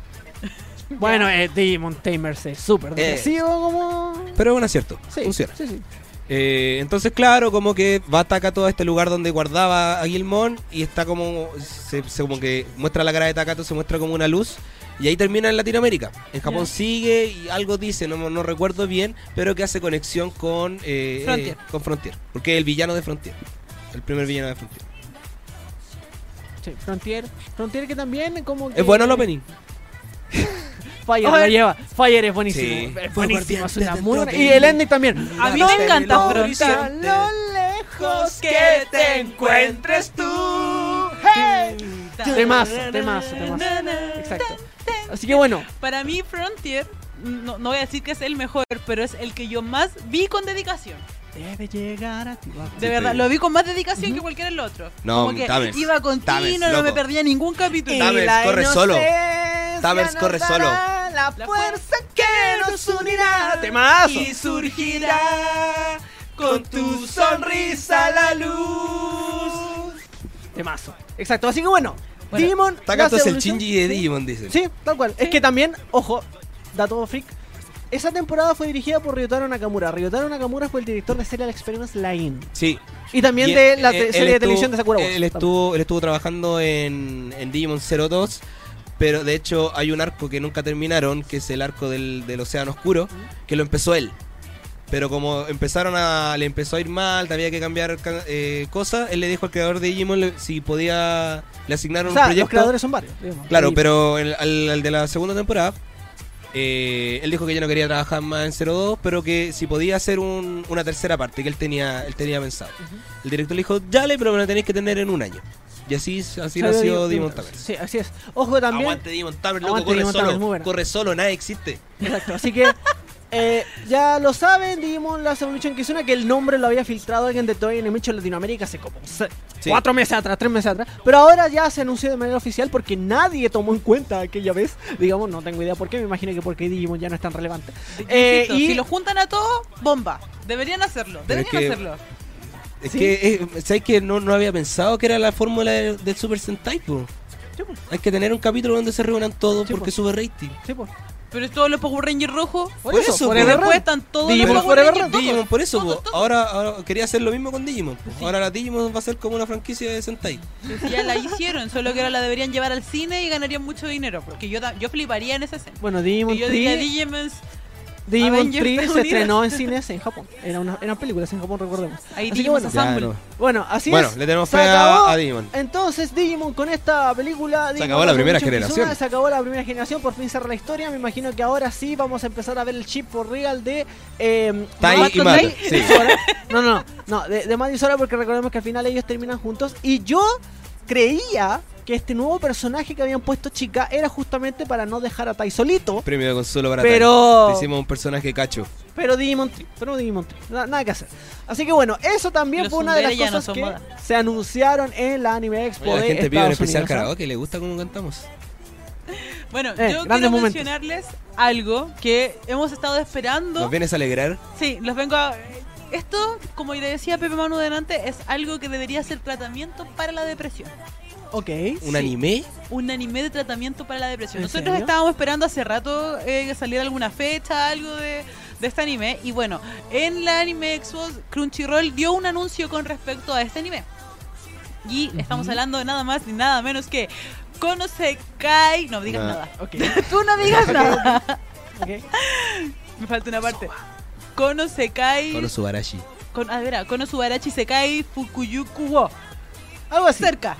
S1: Bueno, eh, Digimon Tamers es súper depresivo como...
S2: Pero es un acierto,
S1: Eh, Sí,
S2: Eh, funciona.
S1: Sí, sí.
S2: Eh, entonces, claro, como que va Takato a este lugar donde guardaba a Gilmon y está como. Se, se como que muestra la cara de Takato, se muestra como una luz. Y ahí termina en Latinoamérica. En Japón
S3: Ya.
S2: sigue y algo dice, no, no recuerdo bien, pero que hace conexión con. eh,
S3: Frontier.
S2: eh, con Frontier. Porque es el villano de Frontier. El primer villano de Frontier.
S1: Sí, Frontier. Frontier que también como que...
S2: Es bueno el opening.
S1: Fire
S3: Oye.
S1: lo lleva. Fire es buenísimo.
S2: Sí.
S1: Es
S2: Fue
S1: buenísimo.
S2: guardián
S1: es una
S2: desde
S1: muy
S2: el
S1: buena-
S2: trote.
S1: Y el ending también.
S3: A mí me encanta Frontier.
S1: lo lejos que te encuentres tú. Hey. Temazo, temazo, temazo. Exacto. Así que bueno,
S3: Para mí Frontier, no, no voy a decir que es el mejor, pero es el que yo más vi con dedicación.
S1: debe llegar a ti.
S3: De
S2: Sí,
S3: verdad,
S2: estoy-
S3: lo vi con más dedicación que cualquier el otro.
S2: No,
S3: Como que
S2: Tamers,
S3: iba continuo,
S2: Tamers,
S3: no me
S2: loco.
S3: perdía ningún capítulo.
S2: Tamers. corre solo. Tavers corre solo.
S1: La
S3: fuerza
S1: que nos unirá. Temazo.
S3: surgirá
S2: con tu sonrisa la luz.
S1: Temazo. Exacto. Así que bueno,
S3: Bueno,
S1: Digimon.
S2: Takato
S1: la
S2: es el
S1: evolución-
S2: Shinji de
S1: Sí.
S2: Digimon, dicen.
S1: Sí, tal cual. Es que también, ojo, dato freak. Esa temporada fue dirigida por Ryotaro Nakamura. Ryotaro Nakamura fue el director de Serial Experiments Line.
S2: Sí,
S1: Y también
S2: Y
S1: de
S2: él-
S1: la
S2: él-
S1: te-
S2: él
S1: serie de
S2: estuvo-
S1: televisión de Sakura Wars.
S2: Él estuvo, él estuvo trabajando en, en Digimon 02, pero de hecho hay un arco que nunca terminaron, que es el arco del, del Océano Oscuro, que lo empezó él. Pero como empezaron a, le empezó a ir mal, había que cambiar ca- eh, cosas, él le dijo al creador de Digimon le- si podía, le asignaron
S1: O sea,
S2: un proyecto.
S1: los creadores son varios. digamos.
S2: Claro,
S1: Y-
S2: pero el, al, al de la segunda temporada, eh, él dijo que ya no quería trabajar más en 02, pero que si podía hacer un- una tercera parte que él tenía, él tenía pensado. El director le dijo, dale, pero me la tenéis que tener en un año. Y así, así
S1: Salió
S2: nació
S1: Digimon-
S2: Demon Tamer.
S1: Sí, así es. Ojo también.
S2: Aguante Demon Tamer, loco,
S1: Aguante
S2: corre
S1: Demon
S2: solo.
S1: Tamer, muy buena.
S2: corre solo, nada existe.
S1: Exacto. Así que eh, ya lo saben, Digimon Last Evolution Kizuna, que el nombre lo había filtrado alguien de Toei Animation Latinoamérica hace como se-
S2: Sí.
S1: cuatro meses atrás, tres meses atrás. Pero ahora ya se anunció de manera oficial porque nadie tomó en cuenta aquella vez. Digamos, no tengo idea por qué. Me imagino que porque Digimon ya no es tan relevante. Eh,
S3: Insisto,
S1: y-
S3: Si lo juntan a todos, bomba. Deberían hacerlo,
S2: Pero
S3: deberían
S2: es que-
S3: hacerlo.
S2: Es
S1: Sí.
S2: que, eh, ¿sabes que no, no había pensado que era la fórmula del, del Super Sentai, po?
S1: Sí, po.
S2: Hay que tener un capítulo donde se reúnan todos
S1: Sí, po.
S2: porque sube rating.
S1: Sí, pues.
S3: Pero es todos los Power Rangers rojos.
S1: Por
S2: Por
S1: eso,
S2: eso,
S1: por
S3: Y
S2: Forever
S3: pues, después
S1: el
S3: están todos
S1: Digimon
S3: los Power
S1: Forever
S3: Rangers todos,
S2: Digimon, por eso,
S3: todos,
S2: po.
S3: todos.
S2: Ahora, ahora quería hacer lo mismo con Digimon. po. Ahora la Digimon va a ser como una franquicia de Sentai.
S3: Si Ya la hicieron, solo que ahora la deberían llevar al cine y ganarían mucho dinero. Porque yo, da- yo fliparía en esa escena.
S1: Bueno, Digimon
S3: Y yo diría
S1: 3,
S3: Digimons,
S1: Digimon
S3: Avengers
S1: 3 se
S3: reunidas.
S1: estrenó en cines en Japón. Era una, eran películas en Japón, recordemos.
S3: ahí
S1: Así que
S3: Digimons
S1: bueno.
S3: Assemble.
S2: no.
S1: Bueno, así
S2: Bueno,
S1: es.
S2: le tenemos
S1: se
S2: fe a-
S1: acabó.
S2: a Digimon.
S1: Entonces, Digimon con esta película. Digimon
S2: acabó la primera
S1: Revolution
S2: generación.
S1: Kizuna, se acabó la primera generación, por fin cerra la historia. Me imagino que ahora sí vamos a empezar a ver el chip por real de. Eh,
S2: Tai
S1: Matt
S2: y
S1: con
S2: Matt,
S1: Tai
S2: sí.
S1: y Sora. No, no, no. no, de, de Matt y Sora, porque recordemos que al final ellos terminan juntos. Y yo creía que este nuevo personaje que habían puesto chica era justamente para no dejar a Tai solito.
S2: Premio de consuelo para
S1: Pero-
S2: Tai. Te Hicimos un personaje cacho.
S1: Pero Digimon Tri, pero Digimon Tri, na- nada que hacer. Así que bueno, eso también
S3: Los
S1: fue una de las
S3: Zundere ya
S1: cosas
S3: no son
S1: que
S3: moda.
S1: se anunciaron en la Anime Expo
S2: Oye, la
S1: de
S2: gente pide un
S1: Estados
S2: especial
S1: Unidos, ¿ah? ¿no?
S2: karaoke, le gusta cómo cantamos.
S3: Bueno,
S1: Eh,
S3: yo
S1: grandes
S3: quiero
S1: momentos.
S3: mencionarles algo que hemos estado esperando.
S2: ¿Nos vienes a alegrar?
S3: Sí, los vengo a... eh, Esto, como le decía Pepe Manu delante, es algo que debería ser tratamiento para la depresión.
S1: ¿ah? Ok.
S2: ¿Un anime?
S3: Un anime de tratamiento para la depresión.
S1: ¿En
S3: Nosotros
S1: serio?
S3: estábamos esperando hace rato eh, que saliera alguna fecha, algo de, de este anime. Y bueno, en la Anime Expo, Crunchyroll dio un anuncio con respecto a este anime. Y estamos hablando de nada más ni nada menos que Conoce Kai. No digas
S2: Nah.
S3: nada.
S1: Ok.
S3: Tú no digas nada.
S1: ok.
S3: Me falta una parte. Kono Sekai
S2: Con Subarashi.
S3: Con, a ver, Konosubarachi Sekai Fukuyuku wo.
S1: Algo así.
S3: Cerca.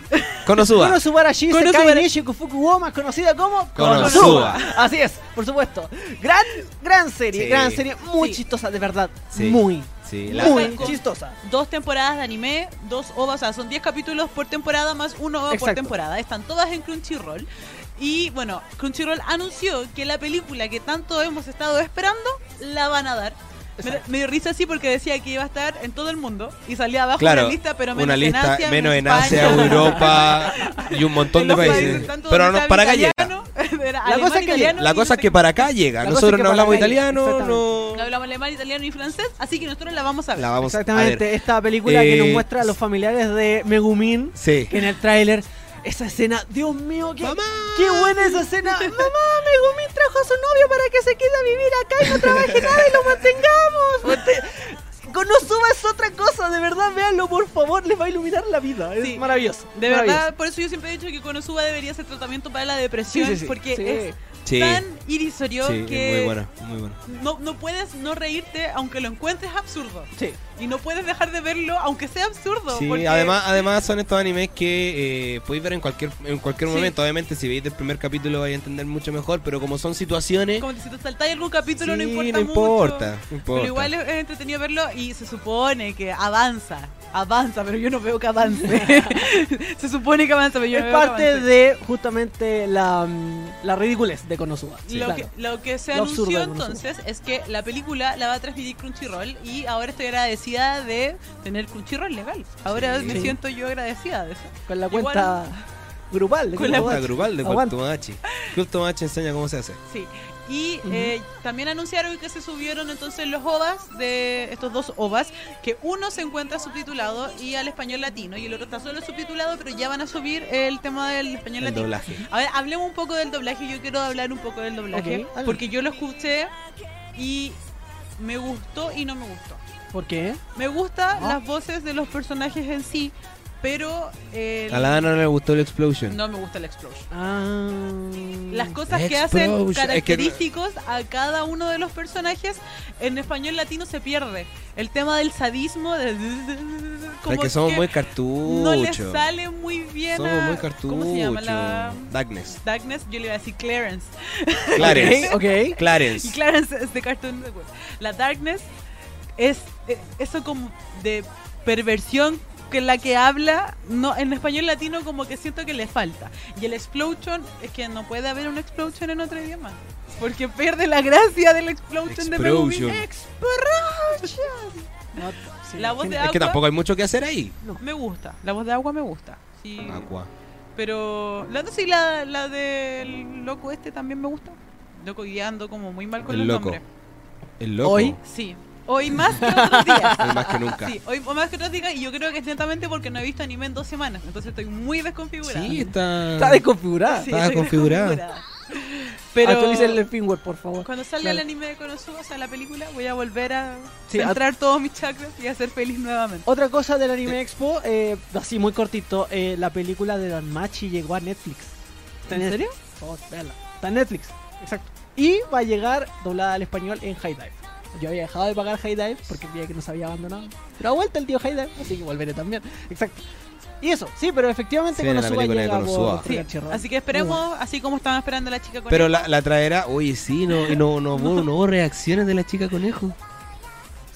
S2: Konosuba.
S1: Konosubarashi
S3: Konosuba-
S1: Sekai Nishiku más conocida como
S2: Konosuba.
S1: Así es, por supuesto. Gran, gran serie,
S2: Sí.
S1: gran serie, muy
S3: Sí.
S1: chistosa, de verdad.
S2: Sí.
S1: Muy,
S2: Sí, la-
S1: muy
S3: Blanco.
S1: chistosa.
S3: Dos temporadas de anime, dos ovas, o sea, son 10 capítulos por temporada más uno ova
S1: Exacto.
S3: por temporada. Están todas en Crunchyroll. Y bueno, Crunchyroll anunció que la película que tanto hemos estado esperando la van a dar. Me,
S1: Exacto.
S3: me dio risa así porque decía que iba a estar en todo el mundo y salía abajo
S2: claro,
S3: una lista, pero menos
S2: una lista
S3: en Asia,
S2: menos en
S3: España,
S2: Asia, Europa y un montón de
S3: en los
S2: países.
S3: tanto
S2: Pero
S3: donde
S2: no,
S3: sabe
S2: para acá llega.
S3: italiano, era
S1: La cosa
S3: alemán,
S1: es que llega.
S3: italiano,
S2: La
S3: y
S2: cosa
S3: no
S2: es
S3: sé
S2: que para acá llega.
S1: La cosa
S2: Nosotros
S1: es que
S2: no
S1: para
S2: hablamos
S1: acá llega,
S2: italiano, no.
S3: No hablamos alemán, italiano ni francés, así que nosotros la vamos a ver.
S2: La vamos a ver.
S1: Exactamente, esta película que nos
S2: eh,
S1: muestra a los familiares de Megumin,
S2: Sí.
S1: que en el tráiler, esa escena, Dios mío, qué,
S2: Mamá.
S1: qué buena esa escena. Mamá, Megumin trajo a su novio para que se quede a vivir acá y no trabaje nada y lo mantengamos. Mante- Konosuba es otra cosa, de verdad, véanlo por favor, les va a iluminar la vida. Es
S3: Sí.
S1: maravilloso.
S3: De
S1: maravilloso.
S3: verdad, por eso yo siempre he dicho que Konosuba debería ser tratamiento para la depresión,
S1: Sí, sí, sí.
S3: porque
S1: Sí.
S2: Sí,
S3: es tan irrisorio
S2: sí,
S3: que
S2: muy buena, muy buena.
S3: No, no puedes no reírte aunque lo encuentres absurdo.
S1: Sí.
S3: Y no puedes dejar de verlo aunque sea absurdo.
S2: Sí,
S3: porque-
S2: además, además son estos animes que eh, podéis ver en cualquier en cualquier
S3: Sí.
S2: momento. Obviamente, si veis el primer capítulo vais a entender mucho mejor, pero como son situaciones,
S3: Como que si te saltáis algún capítulo no
S2: sí,
S3: importa
S2: no importa,
S3: mucho.
S2: no importa.
S3: Pero igual es, es entretenido verlo y se supone que avanza. Avanza, pero yo no veo que avance. se supone que avanza, pero yo
S1: Es
S3: no veo que
S1: parte
S3: avance.
S1: de justamente la, mm, la ridiculez de Konosuba.
S3: Lo,
S1: Claro.
S3: que, lo que se
S1: Lo absurdo
S3: anunció
S1: de Bruno
S3: entonces es que la película la va a transmitir Crunchyroll y ahora estoy agradecida de tener Crunchyroll legal. Ahora
S2: Sí.
S3: me
S1: Sí.
S3: siento yo agradecida de eso.
S1: Con la
S3: Igual-
S1: cuenta grupal. de
S3: Con la-
S2: Cuenta
S1: Konosuba.
S2: grupal de Club
S1: Aguante.
S2: Tomachi. Club Tomachi enseña cómo se hace.
S3: Sí. Y eh, también anunciaron que se subieron entonces los OVAs de estos dos OVAs, que uno se encuentra subtitulado y al español latino y el otro está solo subtitulado, pero ya van a subir el tema del español
S2: El
S3: latino.
S2: doblaje.
S3: A ver, hablemos un poco del doblaje. Yo quiero hablar un poco del doblaje,
S1: Ok, dale.
S3: porque yo lo escuché y me gustó y no me gustó.
S1: ¿Por qué?
S3: Me gustan
S1: Ah.
S3: las voces de los personajes en sí, pero el-
S2: A la Dana no le gustó el Explosion.
S3: no me gusta el explosion.
S1: Ah.
S3: Las cosas que hacen
S2: Mm. Explosion.
S3: característicos a cada uno de los personajes en español latino se pierde. El tema del sadismo, de-
S2: Es
S3: como
S2: que somos
S3: que
S2: muy cartuchos.
S3: no les sale muy bien.
S2: Somos
S3: a-
S2: muy
S3: ¿Cómo se llama
S2: cartuchos.
S3: la
S2: Darkness.
S3: Darkness? Yo le iba a decir Clarence.
S2: Clarence.
S1: Ok, ok.
S3: Y
S2: Clarence.
S3: Clarence es de Cartoon Network. La Darkness es eh, eso como de perversión que la que habla no en español latino como que siento que le falta. Y el explosion es que no puede haber un explosion en otro idioma. Porque pierde la gracia del explosion, de
S2: Explosion.
S3: Megumi. Explosion.
S1: No, sí.
S3: La voz de
S2: Es que
S3: Aqua
S2: tampoco hay mucho que hacer ahí.
S3: me gusta. La voz de agua me gusta. Sí.
S2: Aqua.
S3: Pero la, sí, la, la del loco este también me gusta. Loco guiando como muy mal con
S2: El
S3: los
S2: loco.
S3: nombres.
S2: El loco.
S1: Hoy-
S3: Sí. Hoy más que otros días.
S2: Hoy más que nunca.
S3: Sí, hoy más que otros días y yo creo que es netamente porque no he visto anime en dos semanas, entonces estoy muy desconfigurada.
S2: Sí, está.
S1: Está desconfigurada.
S3: Sí,
S2: estaba
S3: estoy
S2: configurada.
S3: Pero
S1: Actualiza el firmware, por favor.
S3: cuando salga
S1: Claro.
S3: el anime de Konosuba, o sea, la película, voy a volver a
S1: Sí,
S3: centrar todos mis chakras y a ser feliz nuevamente.
S1: Otra cosa del Anime Expo, eh, así muy cortito, eh, la película de Danmachi llegó a Netflix. ¿Está
S3: ¿En serio?
S1: Oh, véala. Está en Netflix, exacto. Y va a llegar doblada al español en High Dive. Yo había dejado de pagar High Dive porque creía que nos había abandonado. Pero ha vuelto el tío High Dive, así que volveré también. Exacto. Y eso, sí, pero efectivamente
S2: Se
S1: con la
S2: viene la
S1: suba
S2: película de
S1: llega
S2: Konosuba.
S1: por
S3: Sí,
S1: Crunchyroll.
S3: así que
S1: Muy
S3: esperemos, así como estaban esperando la chica con
S2: Pero
S3: el-
S2: la, la traerá. Oye, sí, no, y no, no, hubo- no hubo reacciones de la chica conejo.
S1: bueno.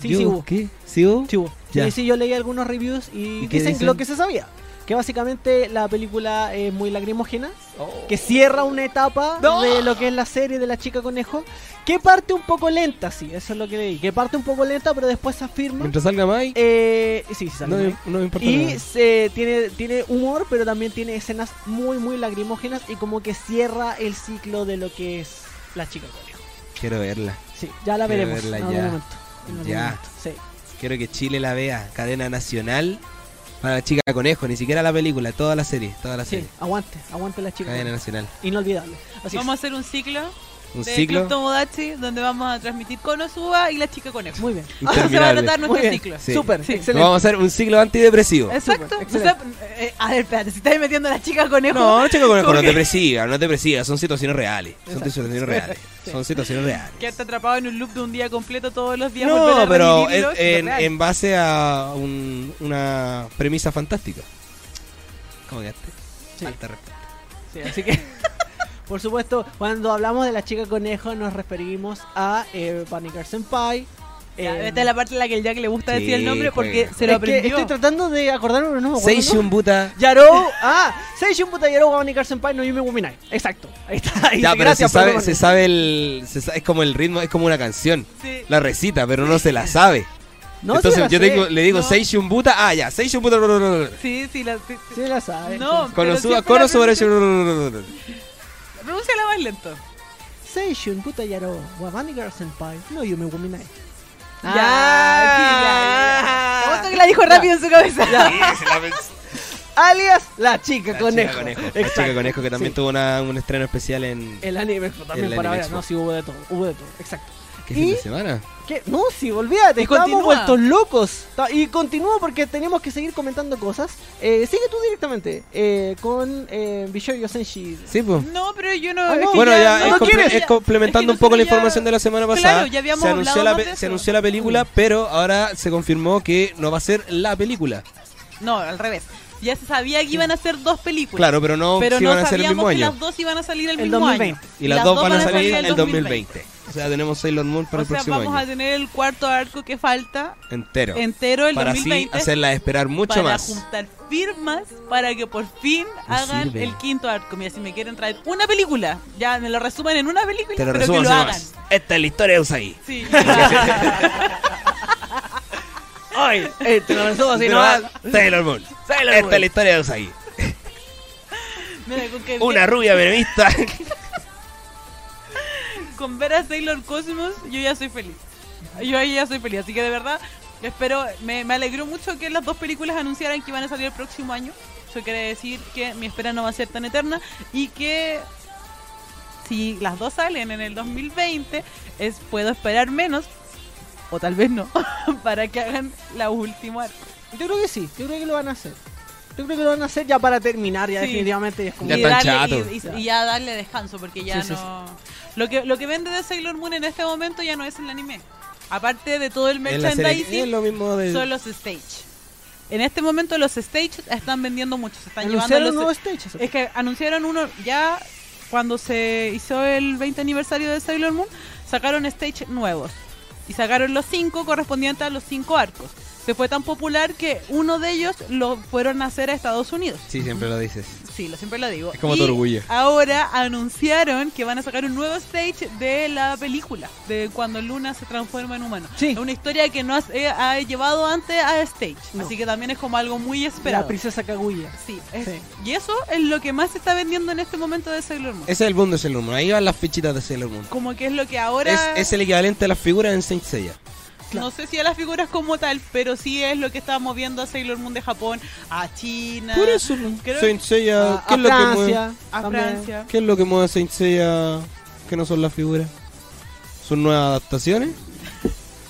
S1: Sí,
S2: Yo,
S1: sí, hubo.
S2: ¿Qué? ¿Sí hubo?
S1: Sí, hubo.
S2: Ya.
S1: Sí, sí, yo leí algunos reviews y,
S2: ¿Y qué
S1: dicen,
S2: dicen?
S1: lo que se sabía. Que básicamente la película es muy lagrimógena,
S2: Oh,
S1: que cierra una etapa de lo que es la serie de la chica conejo, que parte un poco lenta, sí, eso es lo que leí, que parte un poco lenta, pero después se afirma.
S2: Mientras salga Mai,
S1: Eh, sí, sí, sale
S2: no,
S1: por
S2: me-
S1: ahí.
S2: no me importa.
S1: Y
S2: nada.
S1: se, tiene, tiene humor, pero también tiene escenas muy, muy lagrimógenas y como que cierra el ciclo de lo que es la chica conejo.
S2: Quiero verla.
S1: Sí, ya la
S2: Quiero
S1: veremos.
S2: verla
S1: en algún
S2: ya.
S1: momento, en algún
S2: Ya.
S1: momento, sí.
S2: Quiero que Chile la vea. Cadena nacional para la chica conejo. Ni siquiera la película, toda la serie. Toda la
S1: Sí,
S2: serie.
S1: aguante, aguante la chica.
S2: Cadena
S1: Conejo.
S2: nacional.
S1: Inolvidable. Así es.
S3: Vamos a hacer un ciclo
S2: Un
S3: de
S2: ciclo.
S3: Crypto Modachi, donde vamos a transmitir Konosuba y la chica conejo.
S1: Muy bien.
S3: Se va a tratar
S2: Interminable.
S1: Muy
S3: nuestro
S1: bien.
S3: ciclo.
S2: Sí.
S1: Súper,
S3: Sí.
S1: excelente.
S2: Vamos a hacer un ciclo antidepresivo.
S3: Exacto.
S1: Súper,
S3: O sea, eh, a ver, espérate, si estáis metiendo a la chica conejo.
S2: No, no chico conejo,
S3: ¿Cómo
S2: no es
S3: que-
S2: depresiva, no es depresiva, son situaciones reales. Son
S1: Exacto.
S2: situaciones reales.
S1: Sí.
S2: Son situaciones reales.
S3: Quedarte atrapado en un loop de un día completo todos los días. volver
S2: No,
S3: a
S2: pero en,
S3: revivirlo, es
S2: en-
S3: real.
S2: en base a un- una premisa fantástica. ¿Cómo quedaste?
S1: Sí.
S2: Falta de respeto.
S1: Sí, así que, por supuesto, cuando hablamos de la chica conejo nos referimos a eh, Panicker Senpai.
S3: Ya,
S1: eh,
S3: Esta es la parte en la que el Jack le gusta
S2: Sí,
S3: decir el nombre porque
S2: juega.
S3: se lo
S1: es que
S3: aprendió.
S1: estoy tratando de acordarme, pero no me acuerdo.
S2: Seishun Buta.
S1: Yarou, ah, Seishun Buta Yarou wa Panicker Senpai no Yume Wuminai. Exacto, ahí está. ahí,
S2: Ya, pero
S1: gracias,
S2: se, sabe,
S1: perdón.
S2: se sabe el. se sa- es como el ritmo, es como una canción.
S3: Sí.
S2: La recita, pero no se la sabe.
S1: No, sí
S2: Entonces
S1: la
S2: yo
S1: sé,
S2: tengo- le digo
S3: No.
S2: Seishun Buta. Ah, ya, Seishun Buta.
S3: Sí, sí, la, sí, sí.
S1: Sí la sabe.
S3: No.
S1: entonces.
S2: Konosuba,
S3: siempre la
S2: Konosuba,
S3: pronuncia-
S2: Reishun-
S3: Pronúnciala más lento.
S1: Seishun Buta Yarou wa Panicker Senpai no Yume Wuminai.
S3: Ya, sí, ya, ya. Justo Ah, que la dijo rápido en su cabeza.
S1: Alias la chica
S2: La
S1: conejo.
S2: chica conejo. La
S1: Exacto,
S2: chica conejo que también
S1: sí.
S2: tuvo una- un estreno especial en.
S1: El anime expo también
S2: El
S1: para
S2: Anime
S1: ver,
S2: Expo.
S1: no, sí hubo de todo, hubo de todo, exacto.
S2: ¿Qué
S1: y-
S2: fin de semana?
S1: ¿Qué? No, sí, olvídate,
S3: Y
S1: estábamos
S3: continúa.
S1: vueltos locos. Ta- Y continúo porque tenemos que seguir comentando cosas. Eh, sigue tú directamente eh, con eh, Bishoyo Senshi.
S2: Sí, pues.
S3: No, pero yo no.
S1: Ah,
S3: es
S1: no.
S3: que
S2: Bueno, ya
S1: no
S2: es,
S1: lo
S2: comple-
S1: quieres.
S2: es complementando
S3: Es
S2: un
S3: que
S2: poco la
S3: nosotros ya-
S2: información de la semana
S3: Claro,
S2: pasada.
S3: ya habíamos
S2: se, anunció
S3: hablado
S2: la
S3: más
S2: pe-
S3: de
S2: se
S3: eso.
S2: anunció la película, pero ahora se confirmó que no va a ser la película.
S3: Pues, No, al revés. Ya se sabía que iban a ser dos películas.
S2: Claro, pero no
S3: pero
S2: si
S3: no
S2: van a ser el
S3: sabíamos
S2: mismo
S3: que
S2: año.
S3: las dos iban a salir el,
S1: El
S3: mismo
S1: 2020.
S3: año.
S2: Y las, dos van a salir en el 2020. O sea, tenemos Sailor Moon para
S3: o
S2: el
S3: sea,
S2: próximo
S3: vamos a
S2: año.
S3: tener el cuarto arco que falta
S2: Entero.
S3: entero el
S2: para
S3: 2020
S2: así hacerla esperar mucho
S3: para
S2: más.
S3: juntar firmas para que por fin hagan
S2: sirve.
S3: el quinto arco. Mira, si me quieren traer una película, ya me lo resumen en una película,
S2: Te lo
S3: pero
S2: resumo
S3: que
S2: así
S3: lo hagan.
S2: más. Esta es la historia de Usagi.
S3: Sí.
S1: ¡Ay! eh,
S3: este
S1: te lo resumo así
S2: Pero
S1: nomás.
S2: va Sailor Moon. Esta es la historia de Usagi.
S3: Mira, con que-
S2: Una rubia venomista.
S3: con ver a Sailor Cosmos, yo ya soy feliz. Yo ahí ya soy feliz, así que de verdad, espero, me, me alegró mucho que las dos películas anunciaran que iban a salir el próximo año. Eso quiere decir que mi espera no va a ser tan eterna y que si las dos salen en el 2020, es, puedo esperar menos, o tal vez no, para que hagan la última.
S1: Yo creo que sí, yo creo que lo van a hacer. Yo creo que lo van a hacer ya para terminar, ya
S3: Sí.
S1: definitivamente. Es como
S2: Ya
S3: y,
S2: tan
S3: darle-
S2: chato.
S3: y- y- y ya darle descanso, porque ya
S1: Sí, sí,
S3: no... Lo, que, lo que vende de Sailor Moon en este momento ya no es el anime. Aparte de todo el
S2: En la serie- es
S3: merchandising,
S2: lo mismo de.
S3: son los stage. En este momento los stages están vendiendo mucho, se están llevando
S1: Anunciaron
S3: los...
S1: nuevos stages.
S3: Es que anunciaron uno ya cuando se hizo el 20 aniversario de Sailor Moon, sacaron stage nuevos. Y sacaron los cinco correspondientes a los cinco arcos. Se fue tan popular que uno de ellos lo fueron a hacer a Estados Unidos.
S2: Sí, siempre lo dices.
S3: Sí, lo siempre lo digo.
S2: Es como
S3: Y
S2: tu orgullo.
S3: Ahora anunciaron que van a sacar un nuevo stage de la película, de cuando Luna se transforma en humano.
S1: Sí.
S3: Es Una historia que no has- eh, ha llevado antes a stage,
S1: No.
S3: así que también es como algo muy
S1: La
S3: esperado.
S1: princesa Kaguya.
S3: Sí, es-
S1: Sí.
S3: y eso es lo que más se está vendiendo en este momento de Sailor Moon.
S2: Ese es el boom de Sailor Moon. Ahí van las fichitas de Sailor Moon.
S3: como que es lo que ahora
S2: Es, es el equivalente a las figuras en Saint Seiya.
S3: no sé si a las figuras como tal, pero sí es lo que está moviendo a Sailor Moon de Japón a China,
S2: Por eso,
S3: creo-
S2: Saint Seiya,
S1: A- Ah,
S2: ¿qué,
S1: a
S2: es lo que mueve,
S1: Francia.
S3: a
S1: también.
S3: Francia.
S2: ¿qué es lo que mueve a Saint Seiya que no son las figuras? ¿Son nuevas adaptaciones?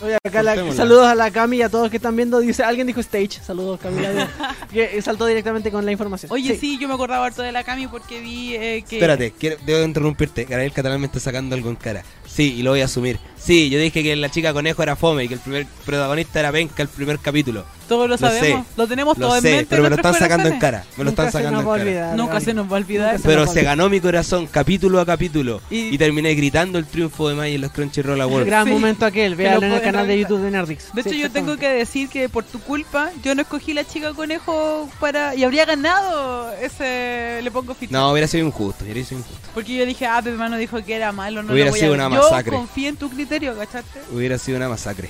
S1: Oye, acá la-
S2: Cortémosla.
S1: saludos a la Cami y a todos que están viendo. Dice, alguien dijo stage. Saludos, Camila. que eh, saltó directamente con la información.
S3: Oye, sí. yo me acordaba harto de la Cami porque vi eh, que
S2: Espérate, quiero, debo interrumpirte. Gabriel Catalán me está sacando algo en cara. Sí, y lo voy a asumir. Sí, yo dije que la chica conejo era fome y que el primer protagonista era Venka el primer capítulo.
S3: todos lo
S2: Lo sé,
S3: sabemos, lo tenemos
S2: Lo
S3: todo en
S2: sé,
S3: mente.
S2: pero me lo
S3: nuestros
S2: están sacando en
S3: corazones.
S2: cara. Me lo
S1: Nunca
S2: están
S1: se
S2: sacando
S1: nos
S2: en
S1: va a
S2: cara.
S1: olvidar,
S3: Nunca
S1: Gaby.
S3: se nos va a olvidar.
S1: Nunca
S2: Pero
S1: Eso no
S2: se
S1: vale.
S2: ganó mi corazón capítulo a capítulo.
S3: Y-
S2: Y, terminé gritando el triunfo de May en los Crunchyroll Awards.
S1: Gran
S3: Sí.
S1: momento aquel, véalo en el
S3: pueden
S1: canal de
S3: revisar.
S1: YouTube de Nerdix.
S3: De hecho,
S1: Sí,
S3: yo tengo que
S1: exactamente.
S3: decir que por tu culpa yo no escogí la chica conejo para y habría ganado ese le pongo ficha.
S2: No, hubiera sido injusto, hubiera sido injusto.
S3: Porque yo dije, ah, mi hermano dijo que era malo, no
S2: Hubiera
S3: lo voy
S2: sido
S3: a ver.
S2: una
S3: Yo
S2: masacre.
S3: confío en tu criterio, ¿cachaste?
S2: Hubiera sido una masacre.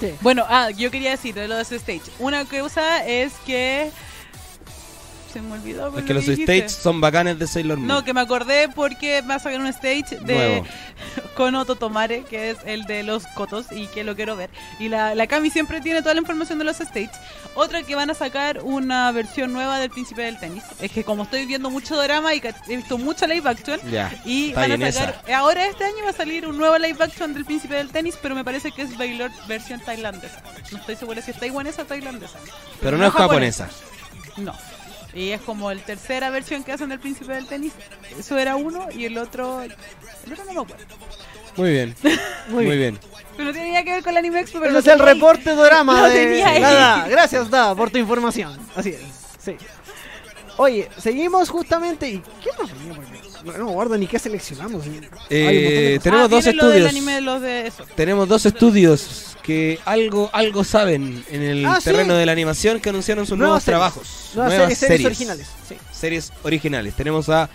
S1: Sí.
S3: Bueno, ah, yo quería decir de lo de ese stage. Una cosa es que se me olvidó.
S2: Es
S3: pues,
S2: que
S3: lo
S2: los
S3: dijiste.
S2: stages son bacanes de Sailor Moon.
S3: No, que me acordé porque me va a sacar un stage de
S2: Nuevo.
S3: Kono Totomare, que es el de los cotos y que lo quiero ver. Y la, la Cami siempre tiene toda la información de los stages. Otra que van a sacar una versión nueva del Príncipe del Tenis. Es que como estoy viendo mucho drama y que he visto mucha live action,
S2: Ya.
S3: y
S2: está
S3: van
S2: bien
S3: a sacar. Ahora este año va a salir un nuevo live action del Príncipe del Tenis, pero me parece que es Baylor versión tailandesa. No estoy segura si es taiwanesa o tailandesa.
S2: esa. Pero no es japonesa.
S3: No. Y es como el tercera versión que hacen del Príncipe del Tenis. Eso era uno y el otro. El otro no me acuerdo.
S2: Muy bien. Muy, bien.
S3: Pero no tiene nada que ver con el anime expo. Pero
S1: Ese
S3: lo
S1: es el
S3: tenía ahí.
S1: reporte drama
S3: Lo
S1: de
S3: tenía ahí.
S1: Dada. Gracias, Dada, por tu información. Así es. Sí. Oye, seguimos justamente. ¿Y qué nos venía por acá? No, no guardo ni qué seleccionamos. Hay un montón de
S2: Eh,
S1: cosas.
S2: tenemos
S3: Ah,
S2: dos
S3: viene lo del
S2: estudios.
S3: anime de los de eso.
S2: Tenemos dos estudios que algo algo saben en el
S1: Ah, sí.
S2: terreno de la animación que anunciaron sus nuevos
S1: series.
S2: trabajos.
S1: Nuevas, series, series originales. Sí.
S2: series originales. Tenemos a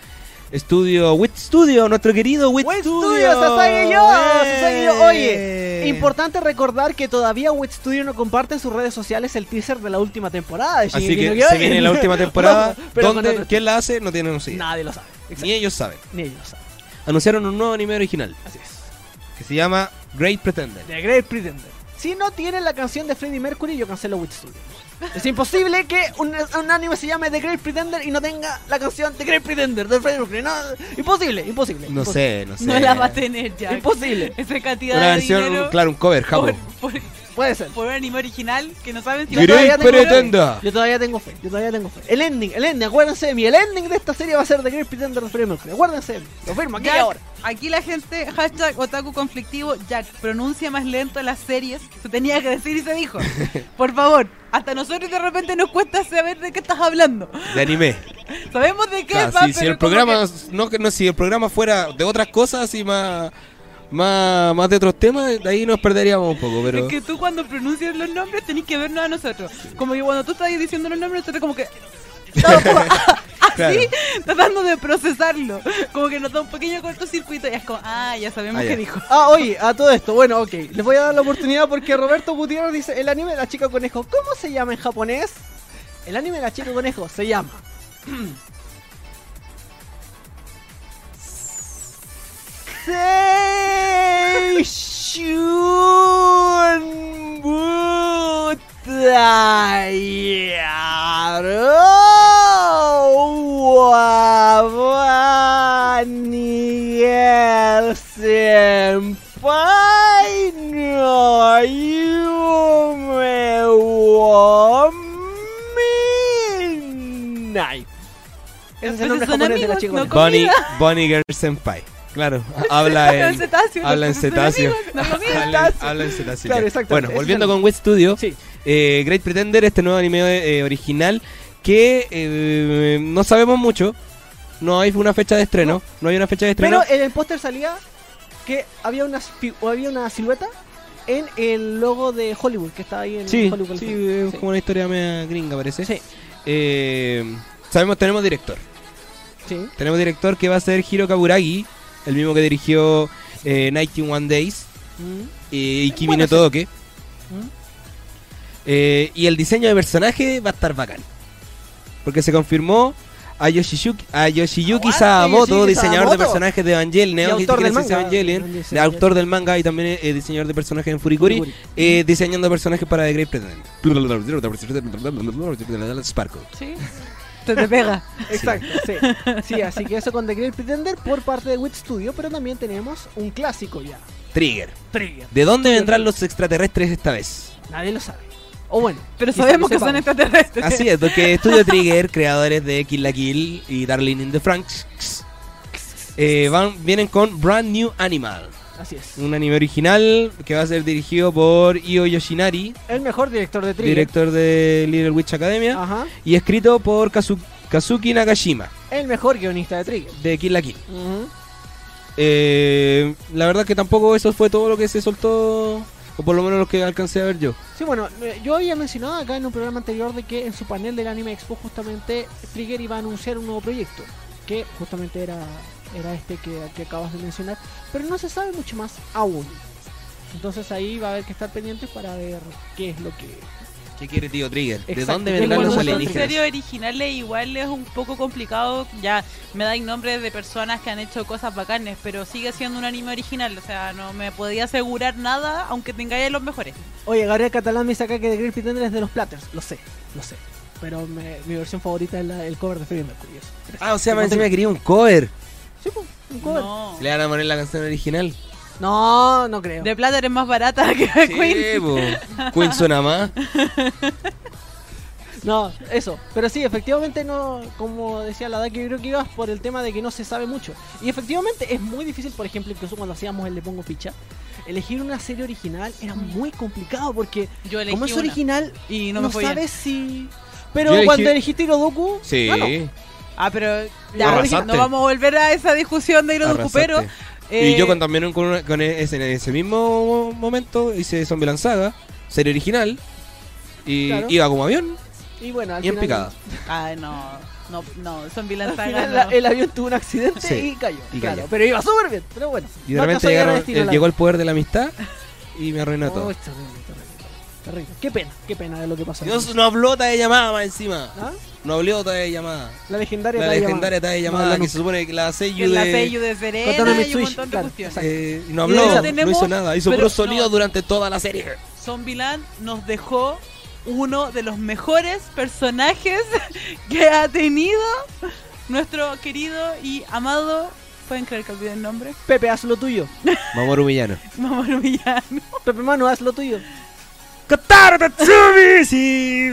S2: Estudio Wit Studio, nuestro querido Wit
S1: Wit
S2: Studio.
S1: Studio, Sasagi yo, Sasagi yo.
S2: ¡Eh!
S1: Oye, importante recordar que todavía Wit Studio no comparte en sus redes sociales el teaser de la última temporada. de
S2: Así
S1: Shingeki no
S2: que se
S1: Kyojin.
S2: viene la última temporada.
S1: No, pero con
S2: donde
S1: otro-
S2: ¿Quién la hace? No tienen idea.
S1: Nadie lo sabe. Exacto.
S2: Ni ellos saben.
S1: Ni ellos lo saben.
S2: Anunciaron un nuevo anime original
S1: Así es.
S2: que se llama Great Pretender.
S1: The Great Pretender. Si no tienen la canción de Freddie Mercury, yo cancelo Wit Studio. Es imposible que un, un anime se llame The Great Pretender y no tenga la canción The Great Pretender de Freddie Mercury. No, imposible, imposible.
S2: No
S1: imposible.
S2: sé, no sé.
S3: Pues, No la va a tener ya.
S1: Imposible.
S3: Esa
S2: pues,
S3: cantidad
S2: Una
S3: de
S2: versión,
S3: dinero
S2: claro, un cover,
S3: por,
S2: Japón.
S3: por,
S1: Puede ser.
S3: por un anime original que no saben si
S1: Yo
S2: Direct
S1: todavía, tengo
S2: Pretender.
S1: fe, yo todavía tengo fe, yo todavía tengo fe. El ending, el ending, acuérdense de mí. El ending de esta serie va a ser The Great Pretender de Freddie Mercury. Acuérdense de mí. Lo firmo aquí y
S3: Jack,
S1: ahora.
S3: Aquí la gente, hashtag otaku conflictivo, Jack, pronuncia más lento las series. Se tenía que decir y se dijo. Por favor, hasta nosotros de repente nos cuesta saber de qué estás hablando.
S2: De anime.
S3: Sabemos de qué
S2: Claro,
S3: va,
S2: si, si
S3: pero
S2: Ah, el
S3: como
S2: programa no, que no, si el programa fuera de otras cosas y más más, más de otros temas, de ahí nos perderíamos un poco,
S3: que-
S2: pero
S3: Es que tú cuando pronuncias los nombres tenés que vernos a nosotros. Como que cuando tú estás diciendo los nombres, nosotros como que... estamos como, ah, ah,
S2: Claro.
S3: así, tratando de procesarlo. Como que nos da un pequeño cortocircuito y es como, ah, ya sabemos
S2: Ah, ya.
S3: qué dijo.
S1: Ah, oye, a todo esto, bueno, ok. Les voy a dar la oportunidad porque Roberto Gutiérrez dice: El anime de la chica conejo, ¿cómo se llama en japonés? El anime de la chica conejo se llama. Seishun Butayaro Wabaniel Senpai no Yume wa Midnight. Ese es el
S3: Entonces
S1: nombre
S3: son
S1: japonés de la
S3: amigos,
S1: chica.
S3: no
S1: bonita.
S2: Bonnie,
S3: comida.
S2: Bonnie Girl Senpai. Claro, habla
S3: Habla en
S2: en
S3: cetáceo,
S2: habla en
S3: no son
S2: cetáceo.
S3: amigos, no comida.
S2: Habla en- habla en cetáceo.
S1: Claro,
S2: ya.
S1: exacto,
S2: Bueno,
S1: ese es
S2: volviendo
S1: el-
S2: con Wet Studio,
S1: Sí.
S2: eh, Great Pretender, este nuevo anime eh, original que eh, no sabemos mucho. No hay una fecha de estreno, no, hay una fecha de estreno.
S1: Pero en el póster salía que había una, fi- o había una silueta en el logo de Hollywood, que está ahí en
S2: Sí,
S1: Hollywood.
S2: sí, es
S1: eh, Sí.
S2: como una historia media gringa parece.
S1: Sí.
S2: Eh, sabemos, tenemos director.
S1: Sí.
S2: Tenemos director que va a ser Hiro Kaburagi, el mismo que dirigió eh, 91 Days
S1: Mm.
S2: eh, y Kimi
S1: Bueno,
S2: no
S1: sí.
S2: Todoke.
S1: ¿Mm?
S2: Eh, y el diseño de personaje va a estar bacán. Porque se confirmó a Yoshiyuki, a Yoshiyuki
S1: Aguante,
S2: Saamoto,
S1: Yoshiyuki
S2: diseñador de
S1: Saamoto.
S2: personajes de Evangelion,
S1: Y autor del
S2: Genesis
S1: manga.
S2: Evangelion,
S1: Evangelion,
S2: de autor del manga y también eh, diseñador de personajes en Furikuri,
S1: Furikuri.
S2: eh, diseñando personajes para The Great Pretender. Sparkle.
S3: Sí. Te, te pega.
S1: Exacto, sí. Sí, así que eso con The Great Pretender por parte de Wit Studio, pero también tenemos un clásico ya.
S2: Trigger.
S1: Trigger.
S2: ¿De dónde vendrán los extraterrestres esta vez?
S1: Nadie lo sabe. O bueno.
S3: Pero
S1: quizá
S3: sabemos
S1: lo
S3: que son
S1: sepamos.
S3: extraterrestres.
S2: Así es, porque Studio Trigger, creadores de Kill la Kill y Darling in the Franks, eh, van, vienen con Brand New Animal,
S1: Así es.
S2: un anime original que va a ser dirigido por Io Yoshinari,
S1: El mejor director de Trigger. Ah.
S2: director de Little Witch Academia,
S1: Ajá.
S2: y escrito por Kazu- Kazuki Nakashima,
S1: El mejor guionista de Trigger.
S2: de Kill la Kill.
S1: Ujú.
S2: Eh, la verdad que tampoco eso fue todo lo que se soltó, o por lo menos lo que alcancé a ver yo.
S1: Sí, bueno, eh, yo había mencionado acá en un programa anterior de que en su panel del Anime Expo justamente Trigger iba a anunciar un nuevo proyecto, que justamente era, era este que, que acabas de mencionar, pero no se sabe mucho más aún. Entonces ahí va a haber que estar pendientes para ver qué es lo que,
S2: ¿Qué quiere tío Trigger? ¿De
S1: Exacto.
S2: dónde
S1: ¿De
S2: vendrán
S1: cuál
S2: los
S1: son sus
S3: Cuando son
S2: alienígenas?
S3: series originales igual es un poco complicado, ya me dan nombres de personas que han hecho cosas bacanes, pero sigue siendo un anime original, o sea, no me podía asegurar nada, aunque tengáis los mejores.
S1: Oye, Gabriel Catalán me saca que The Great Pretender es de los Platters. Lo sé, lo sé. Pero me- mi versión favorita es la- el cover de Freddie Mercury. eso.
S2: Ah, o sea, me encima quería un cover.
S1: Sí, pues, un cover. No.
S3: No.
S2: Le van a poner la canción original.
S1: no, creo.
S3: De Platter es más barata que Queen.
S2: Sí, po. Queen suena más.
S1: No, eso. Pero sí, efectivamente, no como decía la edad que creo que ibas por el tema de que no se sabe mucho. Y efectivamente es muy difícil, por ejemplo, incluso cuando hacíamos el Le Pongo Picha, elegir una serie original era muy complicado porque
S3: Yo elegí
S1: como es
S3: una.
S1: original
S3: Y
S1: no,
S3: no me fue bien.
S1: sabes si... Pero
S2: Yo elegí-
S1: cuando elegiste Hirodoku...
S2: Sí.
S1: ganó.
S3: Ah, pero
S1: Ya,
S3: ya,
S2: Arrasaste.
S3: no vamos a volver a Eh, esa discusión de los
S2: Arrasaste.
S3: cuperos.
S2: Y
S1: eh,
S2: yo con, también con, una- con e, ese, en ese mismo momento hice Zombieland Saga, serie original, y
S1: Claro.
S2: iba como avión
S1: Y bueno, al
S2: y en
S1: final-
S2: picada.
S3: Ay, no, no, no, son
S1: al
S3: vilanzagas,
S1: final
S3: no.
S1: la- el avión tuvo un accidente
S2: Sí,
S1: y cayó.
S2: y
S1: claro,
S2: cayó.
S1: pero iba súper bien. Pero bueno,
S2: Y de
S1: no alcanzó
S2: repente eh,
S1: a llegar
S2: llegaron-
S1: a destino
S2: el-
S1: la-
S2: llegó el poder de la amistad y me arruinó
S1: Oh,
S2: todo.
S1: es terrible, terrible, terrible. Qué pena, qué pena de lo que pasó.
S2: Dios, no habló de llamada más encima.
S1: ¿Ah?
S2: No habló de llamada.
S1: La legendaria
S2: La
S1: Tadaya Mano.
S2: legendaria está de llamada
S1: No, la
S2: que se supone que la sello
S3: que la sello
S2: de...
S3: de Serena
S1: Contra
S3: y un
S1: Mitsubishi,
S3: montón de
S1: claro,
S3: cuestiones.
S1: exacto.
S2: eh, no
S1: Y ahí
S2: habló, no
S3: tenemos-
S2: hizo nada, hizo
S3: pero
S2: puro sonido
S3: no.
S2: durante toda la serie.
S3: Zombieland nos dejó uno de los mejores personajes que ha tenido nuestro querido y amado. ¿Pueden creer que olvidé el nombre?
S1: Pepe, haz lo tuyo.
S2: Mamoru Millano.
S3: Mamoru Miyano.
S1: Pepe Mano, haz lo tuyo.
S2: Katara Tatsumi,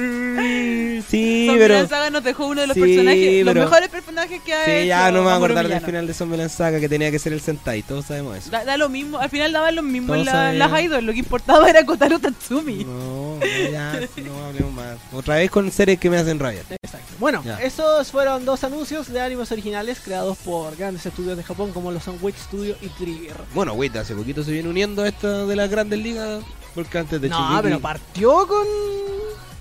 S2: sí, sí, pero...
S3: Zombieland Saga nos dejó uno de los
S2: Sí,
S3: personajes,
S2: pero-
S3: los mejores personajes que ha
S2: Sí,
S3: hecho.
S2: ya no me voy a
S3: Mamoru
S2: acordar del
S3: Miyano.
S2: final de Zombieland Saga que tenía que ser el Sentai, todos sabemos eso.
S3: Da, da lo mismo, al final daban lo mismo
S2: Todos
S3: en la-
S2: saben.
S3: las idols, lo que importaba era Kotaro Tatsumi.
S2: No, no, ya, no hablemos más. Otra vez con series que me hacen rayar.
S1: Exacto. Bueno,
S2: Ya.
S1: esos fueron dos anuncios de animes originales creados por grandes estudios de Japón como lo son Wit Studio y Trigger.
S2: Bueno, güey, hace poquito se viene uniendo esto de las grandes ligas, porque antes de
S1: no,
S2: Shingeki-
S1: pero partió con...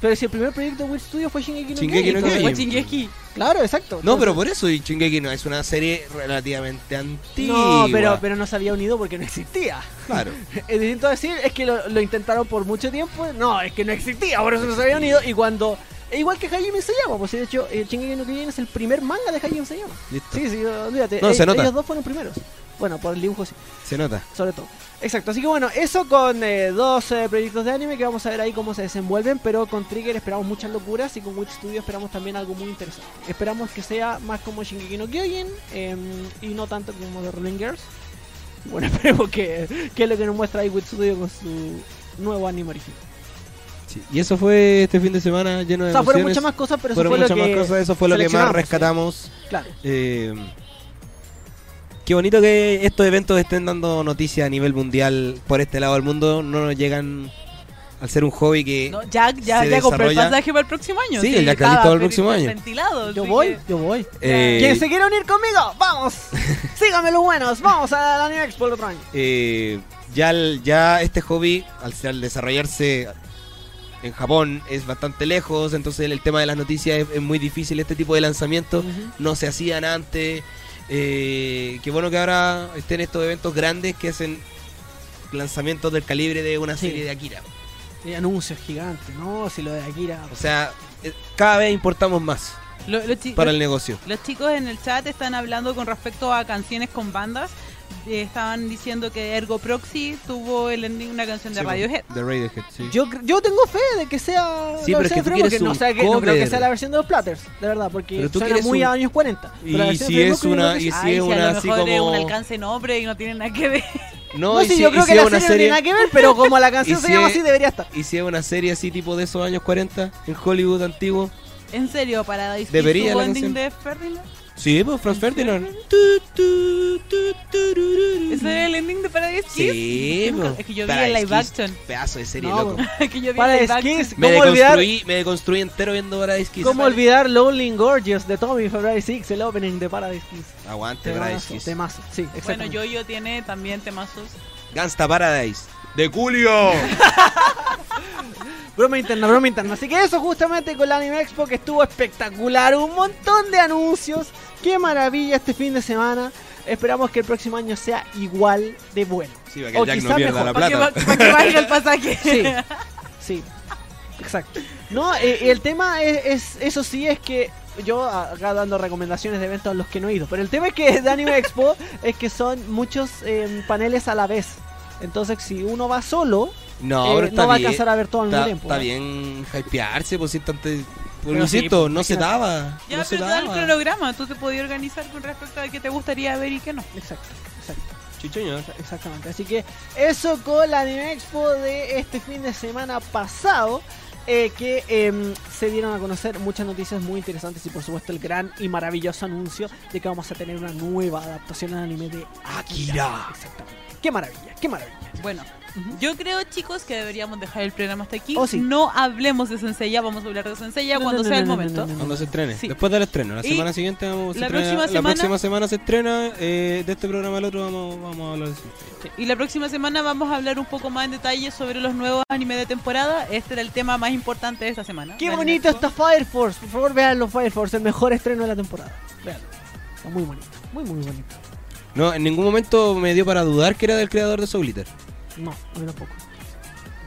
S1: Pero si el primer proyecto de Wit Studio fue Shingeki no
S2: Shingeki no
S1: Kyojin,
S2: Kyojin.
S1: entonces-
S3: O Shingeki.
S1: Claro, exacto.
S2: No,
S1: Entonces-
S2: pero por eso y Shingeki no es una serie relativamente antigua.
S1: No, pero, pero no se había unido porque no existía.
S2: claro.
S1: Es distinto a decir, es que lo, lo intentaron por mucho tiempo. No, es que no existía, por eso no se había unido. Y cuando. e igual que Hajime se llama, pues de hecho, eh, Shingeki no Kyojin es el primer manga de Hajime se llama.
S2: Listo.
S1: Sí, sí, olvídate.
S2: No,
S1: Eh,
S2: se nota.
S1: Ellos dos fueron primeros. Bueno, por el dibujo sí,
S2: Se nota.
S1: sobre todo. Exacto, así que bueno, eso con eh, dos eh, proyectos de anime que vamos a ver ahí cómo se desenvuelven, pero con Trigger esperamos muchas locuras y con Witch Studio esperamos también algo muy interesante. Esperamos que sea más como Shingeki no Kyojin em, y no tanto como The Rolling Girls. Bueno, esperemos que, que es lo que nos muestra ahí Witch Studio con su nuevo anime original.
S2: Sí, Y eso fue este fin de semana lleno de
S1: O sea, fueron
S2: emociones.
S1: muchas más cosas, pero
S2: Fueron
S1: eso fue lo
S2: muchas
S1: que...
S2: más cosas, eso fue lo que más
S1: seleccionamos,
S2: rescatamos.
S1: Claro.
S2: Eh, qué bonito que estos eventos estén dando noticias a nivel mundial por este lado del mundo. No nos llegan al ser un hobby que. eh,
S3: No, Jack ya,
S2: Se
S3: ya compró el
S2: desarrolla-
S3: pasaje para el próximo año.
S2: Sí, el Jack
S3: estaba
S2: Calisto para el
S3: pero
S2: próximo año.
S3: ventilado,
S1: Yo
S3: así
S1: voy,
S3: que-
S1: yo voy.
S2: eh,
S1: ¿Quién se quiere unir conmigo? ¡Vamos! Síganme los buenos, vamos a la Anime Expo el otro año.
S2: eh, ya, el- ya este hobby, al, ser- al desarrollarse en Japón, es bastante lejos. Entonces, el tema de las noticias es, es muy difícil. Este tipo de lanzamientos no se hacían antes. Eh, qué bueno que ahora estén estos eventos grandes que hacen lanzamientos del calibre de una
S1: Sí.
S2: serie de Akira. Eh,
S1: Y anuncios gigantes, ¿no? Si lo de Akira...
S2: O sea, eh, cada vez importamos más
S3: Lo- lo chi-
S2: para
S3: lo-
S2: el negocio.
S3: Los chicos en el chat están hablando con respecto a canciones con bandas. Eh, estaban diciendo que Ergo Proxy tuvo el ending de una canción de
S2: Sí,
S3: Radiohead.
S2: De Radiohead, sí.
S1: Yo, cre- yo tengo fe de que sea
S2: Sí,
S1: la
S2: pero es
S1: versión
S2: que
S1: de
S2: tú
S1: Freeman,
S2: quieres
S1: que no,
S2: un
S1: sea que- no creo que
S2: cover.
S1: sea la versión de los Platters, de verdad, porque
S2: Pero tú
S1: suena
S2: quieres
S1: muy
S2: un-
S1: a años 40. pero la
S2: Y
S1: versión de
S2: si
S1: Freeman
S2: es
S1: creo que
S2: una,
S1: sea-
S2: y si
S3: Ay,
S2: es
S3: si
S2: una
S3: a lo
S2: así
S3: mejor es
S2: como
S3: un alcance noble y no tiene nada que ver.
S1: No,
S2: y
S1: sí,
S2: si-
S1: yo
S2: y
S1: creo
S2: si
S1: que
S2: es
S1: la
S2: una
S1: serie, no tiene nada que ver, pero como la canción
S2: y
S1: se
S2: si
S1: llama
S2: es-
S1: así, debería estar.
S2: y si es una serie así tipo de esos años 40 en Hollywood antiguo.
S3: En serio, Paradise Kiss
S2: Debería
S3: tuvo
S2: la
S3: ending
S2: canción.
S3: de Ferdinand.
S2: Sí, pues Franz Ferdinand.
S3: ¿Ese era el ending de Paradise Kiss?
S2: Sí,
S3: Nunca-
S2: pues.
S3: Es que yo vi
S2: Paradise
S3: el live
S2: Kiss,
S3: action.
S2: Pedazo de serie,
S1: No,
S2: loco.
S1: pues.
S3: Es que yo vi el live
S1: Paradise
S3: action.
S1: Kiss,
S2: Me
S1: ¿cómo olvidar,
S2: deconstruí, me deconstruí entero viendo Paradise Kiss.
S1: cómo olvidar Lonely and Gorgeous de Tommy February 6, el opening de Paradise Kiss?
S2: Aguante Paradise
S1: Temazo,
S2: Kiss.
S1: temazo, sí,
S3: Bueno,
S1: exactamente.
S3: Yo-Yo tiene también temazos.
S2: Gangsta Paradise. De Julio.
S1: Broma interna, broma interna. Así que eso justamente con la Anime Expo que estuvo espectacular. Un montón de anuncios. Qué maravilla este fin de semana. Esperamos que el próximo año sea igual de bueno.
S2: Sí, para
S1: O
S2: que Jack
S1: quizá
S2: no pierda
S1: mejor.
S2: la
S3: Para que,
S2: plata.
S3: va- pa' que valga el pasaje.
S1: Sí. Sí. Exacto. No, eh, el tema es, es- eso sí es que yo acá dando recomendaciones de eventos a los que no he ido, pero el tema es que de Anime Expo es que son muchos eh, paneles a la vez. Entonces, si uno va solo,
S2: No,
S1: eh,
S2: pero
S1: no
S2: está
S1: va a
S2: bien.
S1: alcanzar a ver todo al mismo
S2: Está,
S1: tiempo.
S2: está
S1: ¿no?
S2: bien hypearse, pues si tanto. Pues,
S1: pues. Pero sí,
S2: insisto,
S1: pues,
S2: no se
S1: imagínate.
S2: daba.
S3: Ya,
S2: no se
S3: pero te da el
S2: daba.
S3: cronograma, tú te podías organizar con respecto a qué te gustaría ver y qué no.
S1: Exacto, exacto.
S2: Chichoño.
S1: Exactamente. Así que eso con la Anime Expo de este fin de semana pasado. eh, que em, se dieron a conocer muchas noticias muy interesantes y por supuesto el gran y maravilloso anuncio de que vamos a tener una nueva adaptación al anime de Akira. Exactamente. Qué maravilla, qué maravilla.
S3: Bueno, yo creo, chicos, que deberíamos dejar el programa hasta aquí.
S1: Oh, sí.
S3: No hablemos de Senseiya, vamos a hablar de Senseiya
S1: No,
S3: cuando
S1: no, no,
S3: sea el
S1: no, no,
S3: momento.
S1: no, no,
S2: Cuando se estrene.
S3: Sí.
S2: Después del estreno. La
S3: Y
S2: semana siguiente vamos se
S3: la
S2: estrena-
S3: próxima
S2: La
S3: semana-
S2: próxima semana se estrena. eh, de este programa al otro vamos, vamos a hablar de eso.
S3: Y la próxima semana vamos a hablar un poco más en detalle sobre los nuevos animes de temporada. Este era el tema más importante de esta semana.
S1: Qué
S3: Dale,
S1: bonito
S3: Nacho.
S1: está Fire Force. Por favor, vean los Fire Force, el mejor estreno de la temporada. Veanlo. Está muy bonito, muy muy bonito.
S2: No, en ningún momento me dio para dudar que era del creador de Soul Eater.
S1: No, a mí tampoco.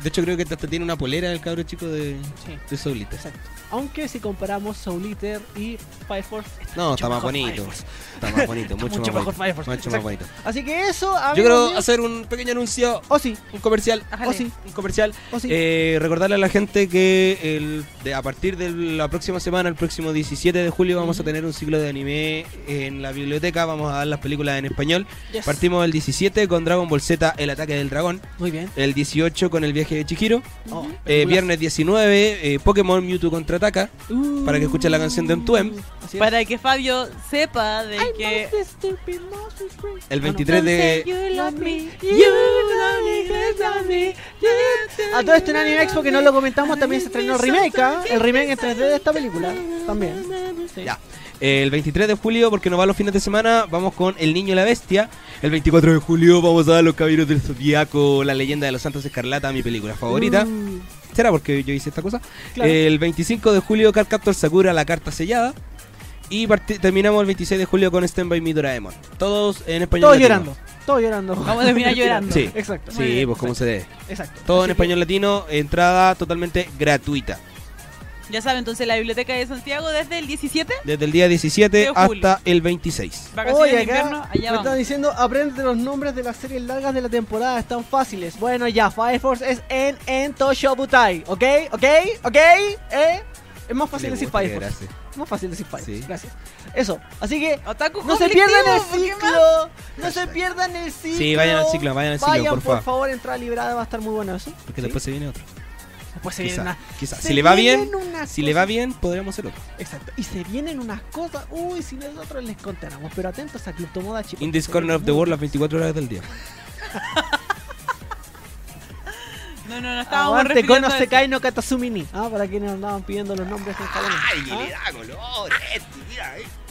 S2: De hecho, creo que hasta tiene una polera el cabro chico de,
S1: Sí,
S2: de Soul Eater.
S1: exacto. Aunque si comparamos Soul Eater y Fire Force, está
S2: No,
S1: mucho
S2: está más
S1: mejor Fire
S2: bonito.
S1: Force.
S2: Está más bonito, mucho,
S1: mucho
S2: más
S1: mejor Fire
S2: bonito.
S1: Force.
S2: Mucho más
S1: Exacto.
S2: bonito.
S1: Así que eso,
S2: Yo
S1: amigos
S2: quiero
S1: míos.
S2: hacer un pequeño anuncio,
S1: Oh, sí,
S2: un comercial.
S3: Ajale.
S1: oh, sí,
S2: Un comercial.
S1: oh, sí.
S2: Eh, recordarle a la gente que el- de- a partir de la próxima semana, el próximo 17 de julio, vamos a tener un ciclo de anime en la biblioteca. Vamos a dar las películas en español.
S1: Yes.
S2: Partimos el 17 con Dragon Ball Z, El ataque del dragón.
S1: Muy bien.
S2: El 18 con El viaje de Chihiro.
S1: Oh,
S2: Eh,
S1: películas.
S2: viernes 19, eh, Pokémon Mewtwo contraataca.
S1: Uh,
S2: para que escuchen la canción de M2M.
S1: así es.
S3: Para que Fabio sepa de
S1: I'm
S3: que
S1: not the stupid mouse with brains.
S2: El
S1: Ah, no.
S2: 23 de.
S3: You love me.
S1: A todo esto en Anime Expo que no lo comentamos, también se estrenó el remake, ¿ah? el remake en 3D de esta película. También. Sí.
S2: Ya. El 23 de julio, porque nos va los fines de semana, vamos con El Niño y la Bestia. El 24 de julio vamos a Los Caballeros del Zodiaco, La Leyenda de los Santos Escarlata, mi película favorita. Eh,
S1: Uh,
S2: ¿Será porque yo hice esta cosa?
S1: Claro.
S2: El 25 de julio, Card Captor Sakura, La Carta Sellada. Y parti- terminamos el 26 de julio con Stand By Me Doraemon. Todos en español
S1: Todos
S2: latino.
S1: llorando, todos llorando.
S3: Vamos a terminar llorando.
S2: Sí.
S1: Exacto,
S3: Muy
S2: Sí,
S3: bien,
S2: pues como se debe.
S1: exacto.
S2: Todo
S1: Así
S2: en
S1: que-
S2: español latino, entrada totalmente gratuita.
S3: Ya saben, entonces la biblioteca de Santiago desde el 17,
S2: Desde el día 17
S3: De julio.
S2: hasta el 26.
S3: vacaciones
S1: Oye, acá
S3: de invierno,
S1: me
S3: allá
S1: están
S3: vamos.
S1: diciendo, aprende los nombres de las series largas de la temporada, están fáciles. Bueno, ya, Fire Force es en en Toshobutai, ¿ok? ¿Ok? ¿Ok? ¿Eh? Es más fácil
S2: Le
S1: decir
S2: gusta
S1: Fire
S2: que
S1: Force.
S2: gracias.
S1: Es más fácil decir Fire
S2: Sí.
S1: Force, gracias. Eso, así que
S3: Otaku
S1: no se
S3: conflictivo,
S1: pierdan el
S3: ¿por qué más?
S1: ciclo, no se pierdan el ciclo.
S2: Sí, vayan al ciclo, vayan al ciclo,
S1: Vayan,
S2: por
S1: por
S2: favor.
S1: favor, entrada liberada, va a estar muy bueno eso.
S2: Porque
S1: Sí.
S2: después se viene otro.
S1: Después se viene
S2: Quizá,
S1: una-
S2: quizá.
S1: se
S2: Si le va
S1: vienen
S2: bien,
S1: unas
S2: si le va
S1: cosas-
S2: bien, podríamos hacer otro.
S1: Exacto. Y se vienen unas cosas. Uy, si nosotros les contáramos. Pero atentos a Club Tomoda, chicos.
S2: In this corner of the world las 24 horas del día.
S3: No, no, no estábamos
S1: Aguante con
S3: refiriendo a eso.
S1: Osekai no Katasumi ni. Ah, para quienes andaban pidiendo los nombres en japonés. Ah.
S2: da color! eh,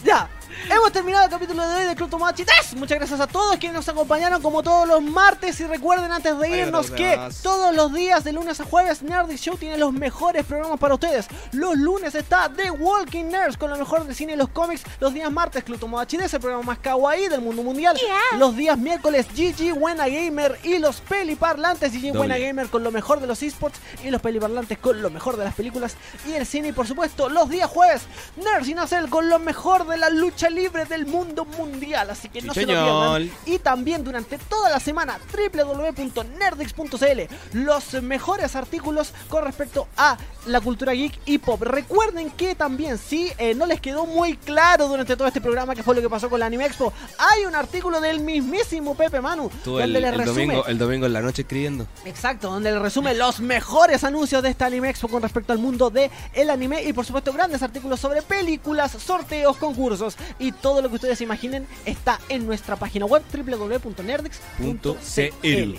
S1: Ya, hemos terminado el capítulo de hoy de Club Tomodachi 3. Muchas gracias a todos quienes nos acompañaron como todos los martes. Y recuerden antes de
S2: Arigato
S1: irnos que
S2: gozaimasu.
S1: todos los días, de lunes a jueves, Nerdy Show tiene los mejores programas para ustedes. Los lunes está The Walking Nerds con lo mejor del cine y los cómics. Los días martes, Club Tomodachi 3, el programa más kawaii del mundo mundial.
S4: Yeah.
S1: Los días miércoles, GG Buena Gamer y los peliparlantes. GG
S2: Doble.
S1: Buena Gamer con lo mejor de los esports y los peliparlantes con lo mejor de las películas y el cine. Y por supuesto, los días jueves, Nerds y Nacel con lo mejor de la lucha libre del mundo mundial. Así que
S2: Sí,
S1: no se lo
S2: señor.
S1: pierdan. Y también durante toda la semana, www.nerdix.cl, los mejores artículos con respecto a la cultura geek y pop. Recuerden que también, si eh, no les quedó muy claro durante todo este programa que fue lo que pasó con la Anime Expo, hay un artículo del mismísimo Pepe Manu,
S2: Tú
S1: donde
S2: el,
S1: le
S2: el
S1: resume.
S2: domingo, el domingo en la noche escribiendo.
S1: Exacto, donde le resume los mejores anuncios de esta Anime Expo con respecto al mundo de el anime y por supuesto grandes artículos sobre películas, sorteos, concursos y todo lo que ustedes imaginen está en nuestra página web www.nerdix.cl.
S4: Así
S3: Eh,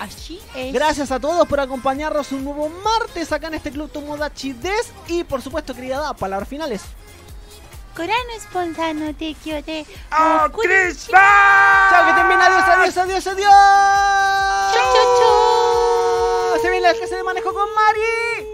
S4: es.
S1: Gracias a todos por acompañarnos un nuevo martes acá en este club Tomodachi Des y por supuesto querida Da, palabras finales.
S4: Corano espontáneo de Kyote.
S2: ¡Oh,
S1: Chao, que termina, adiós, adiós, adiós, adiós.
S4: Chau, chau, chau.
S1: Se viene la clase de manejo con Mari.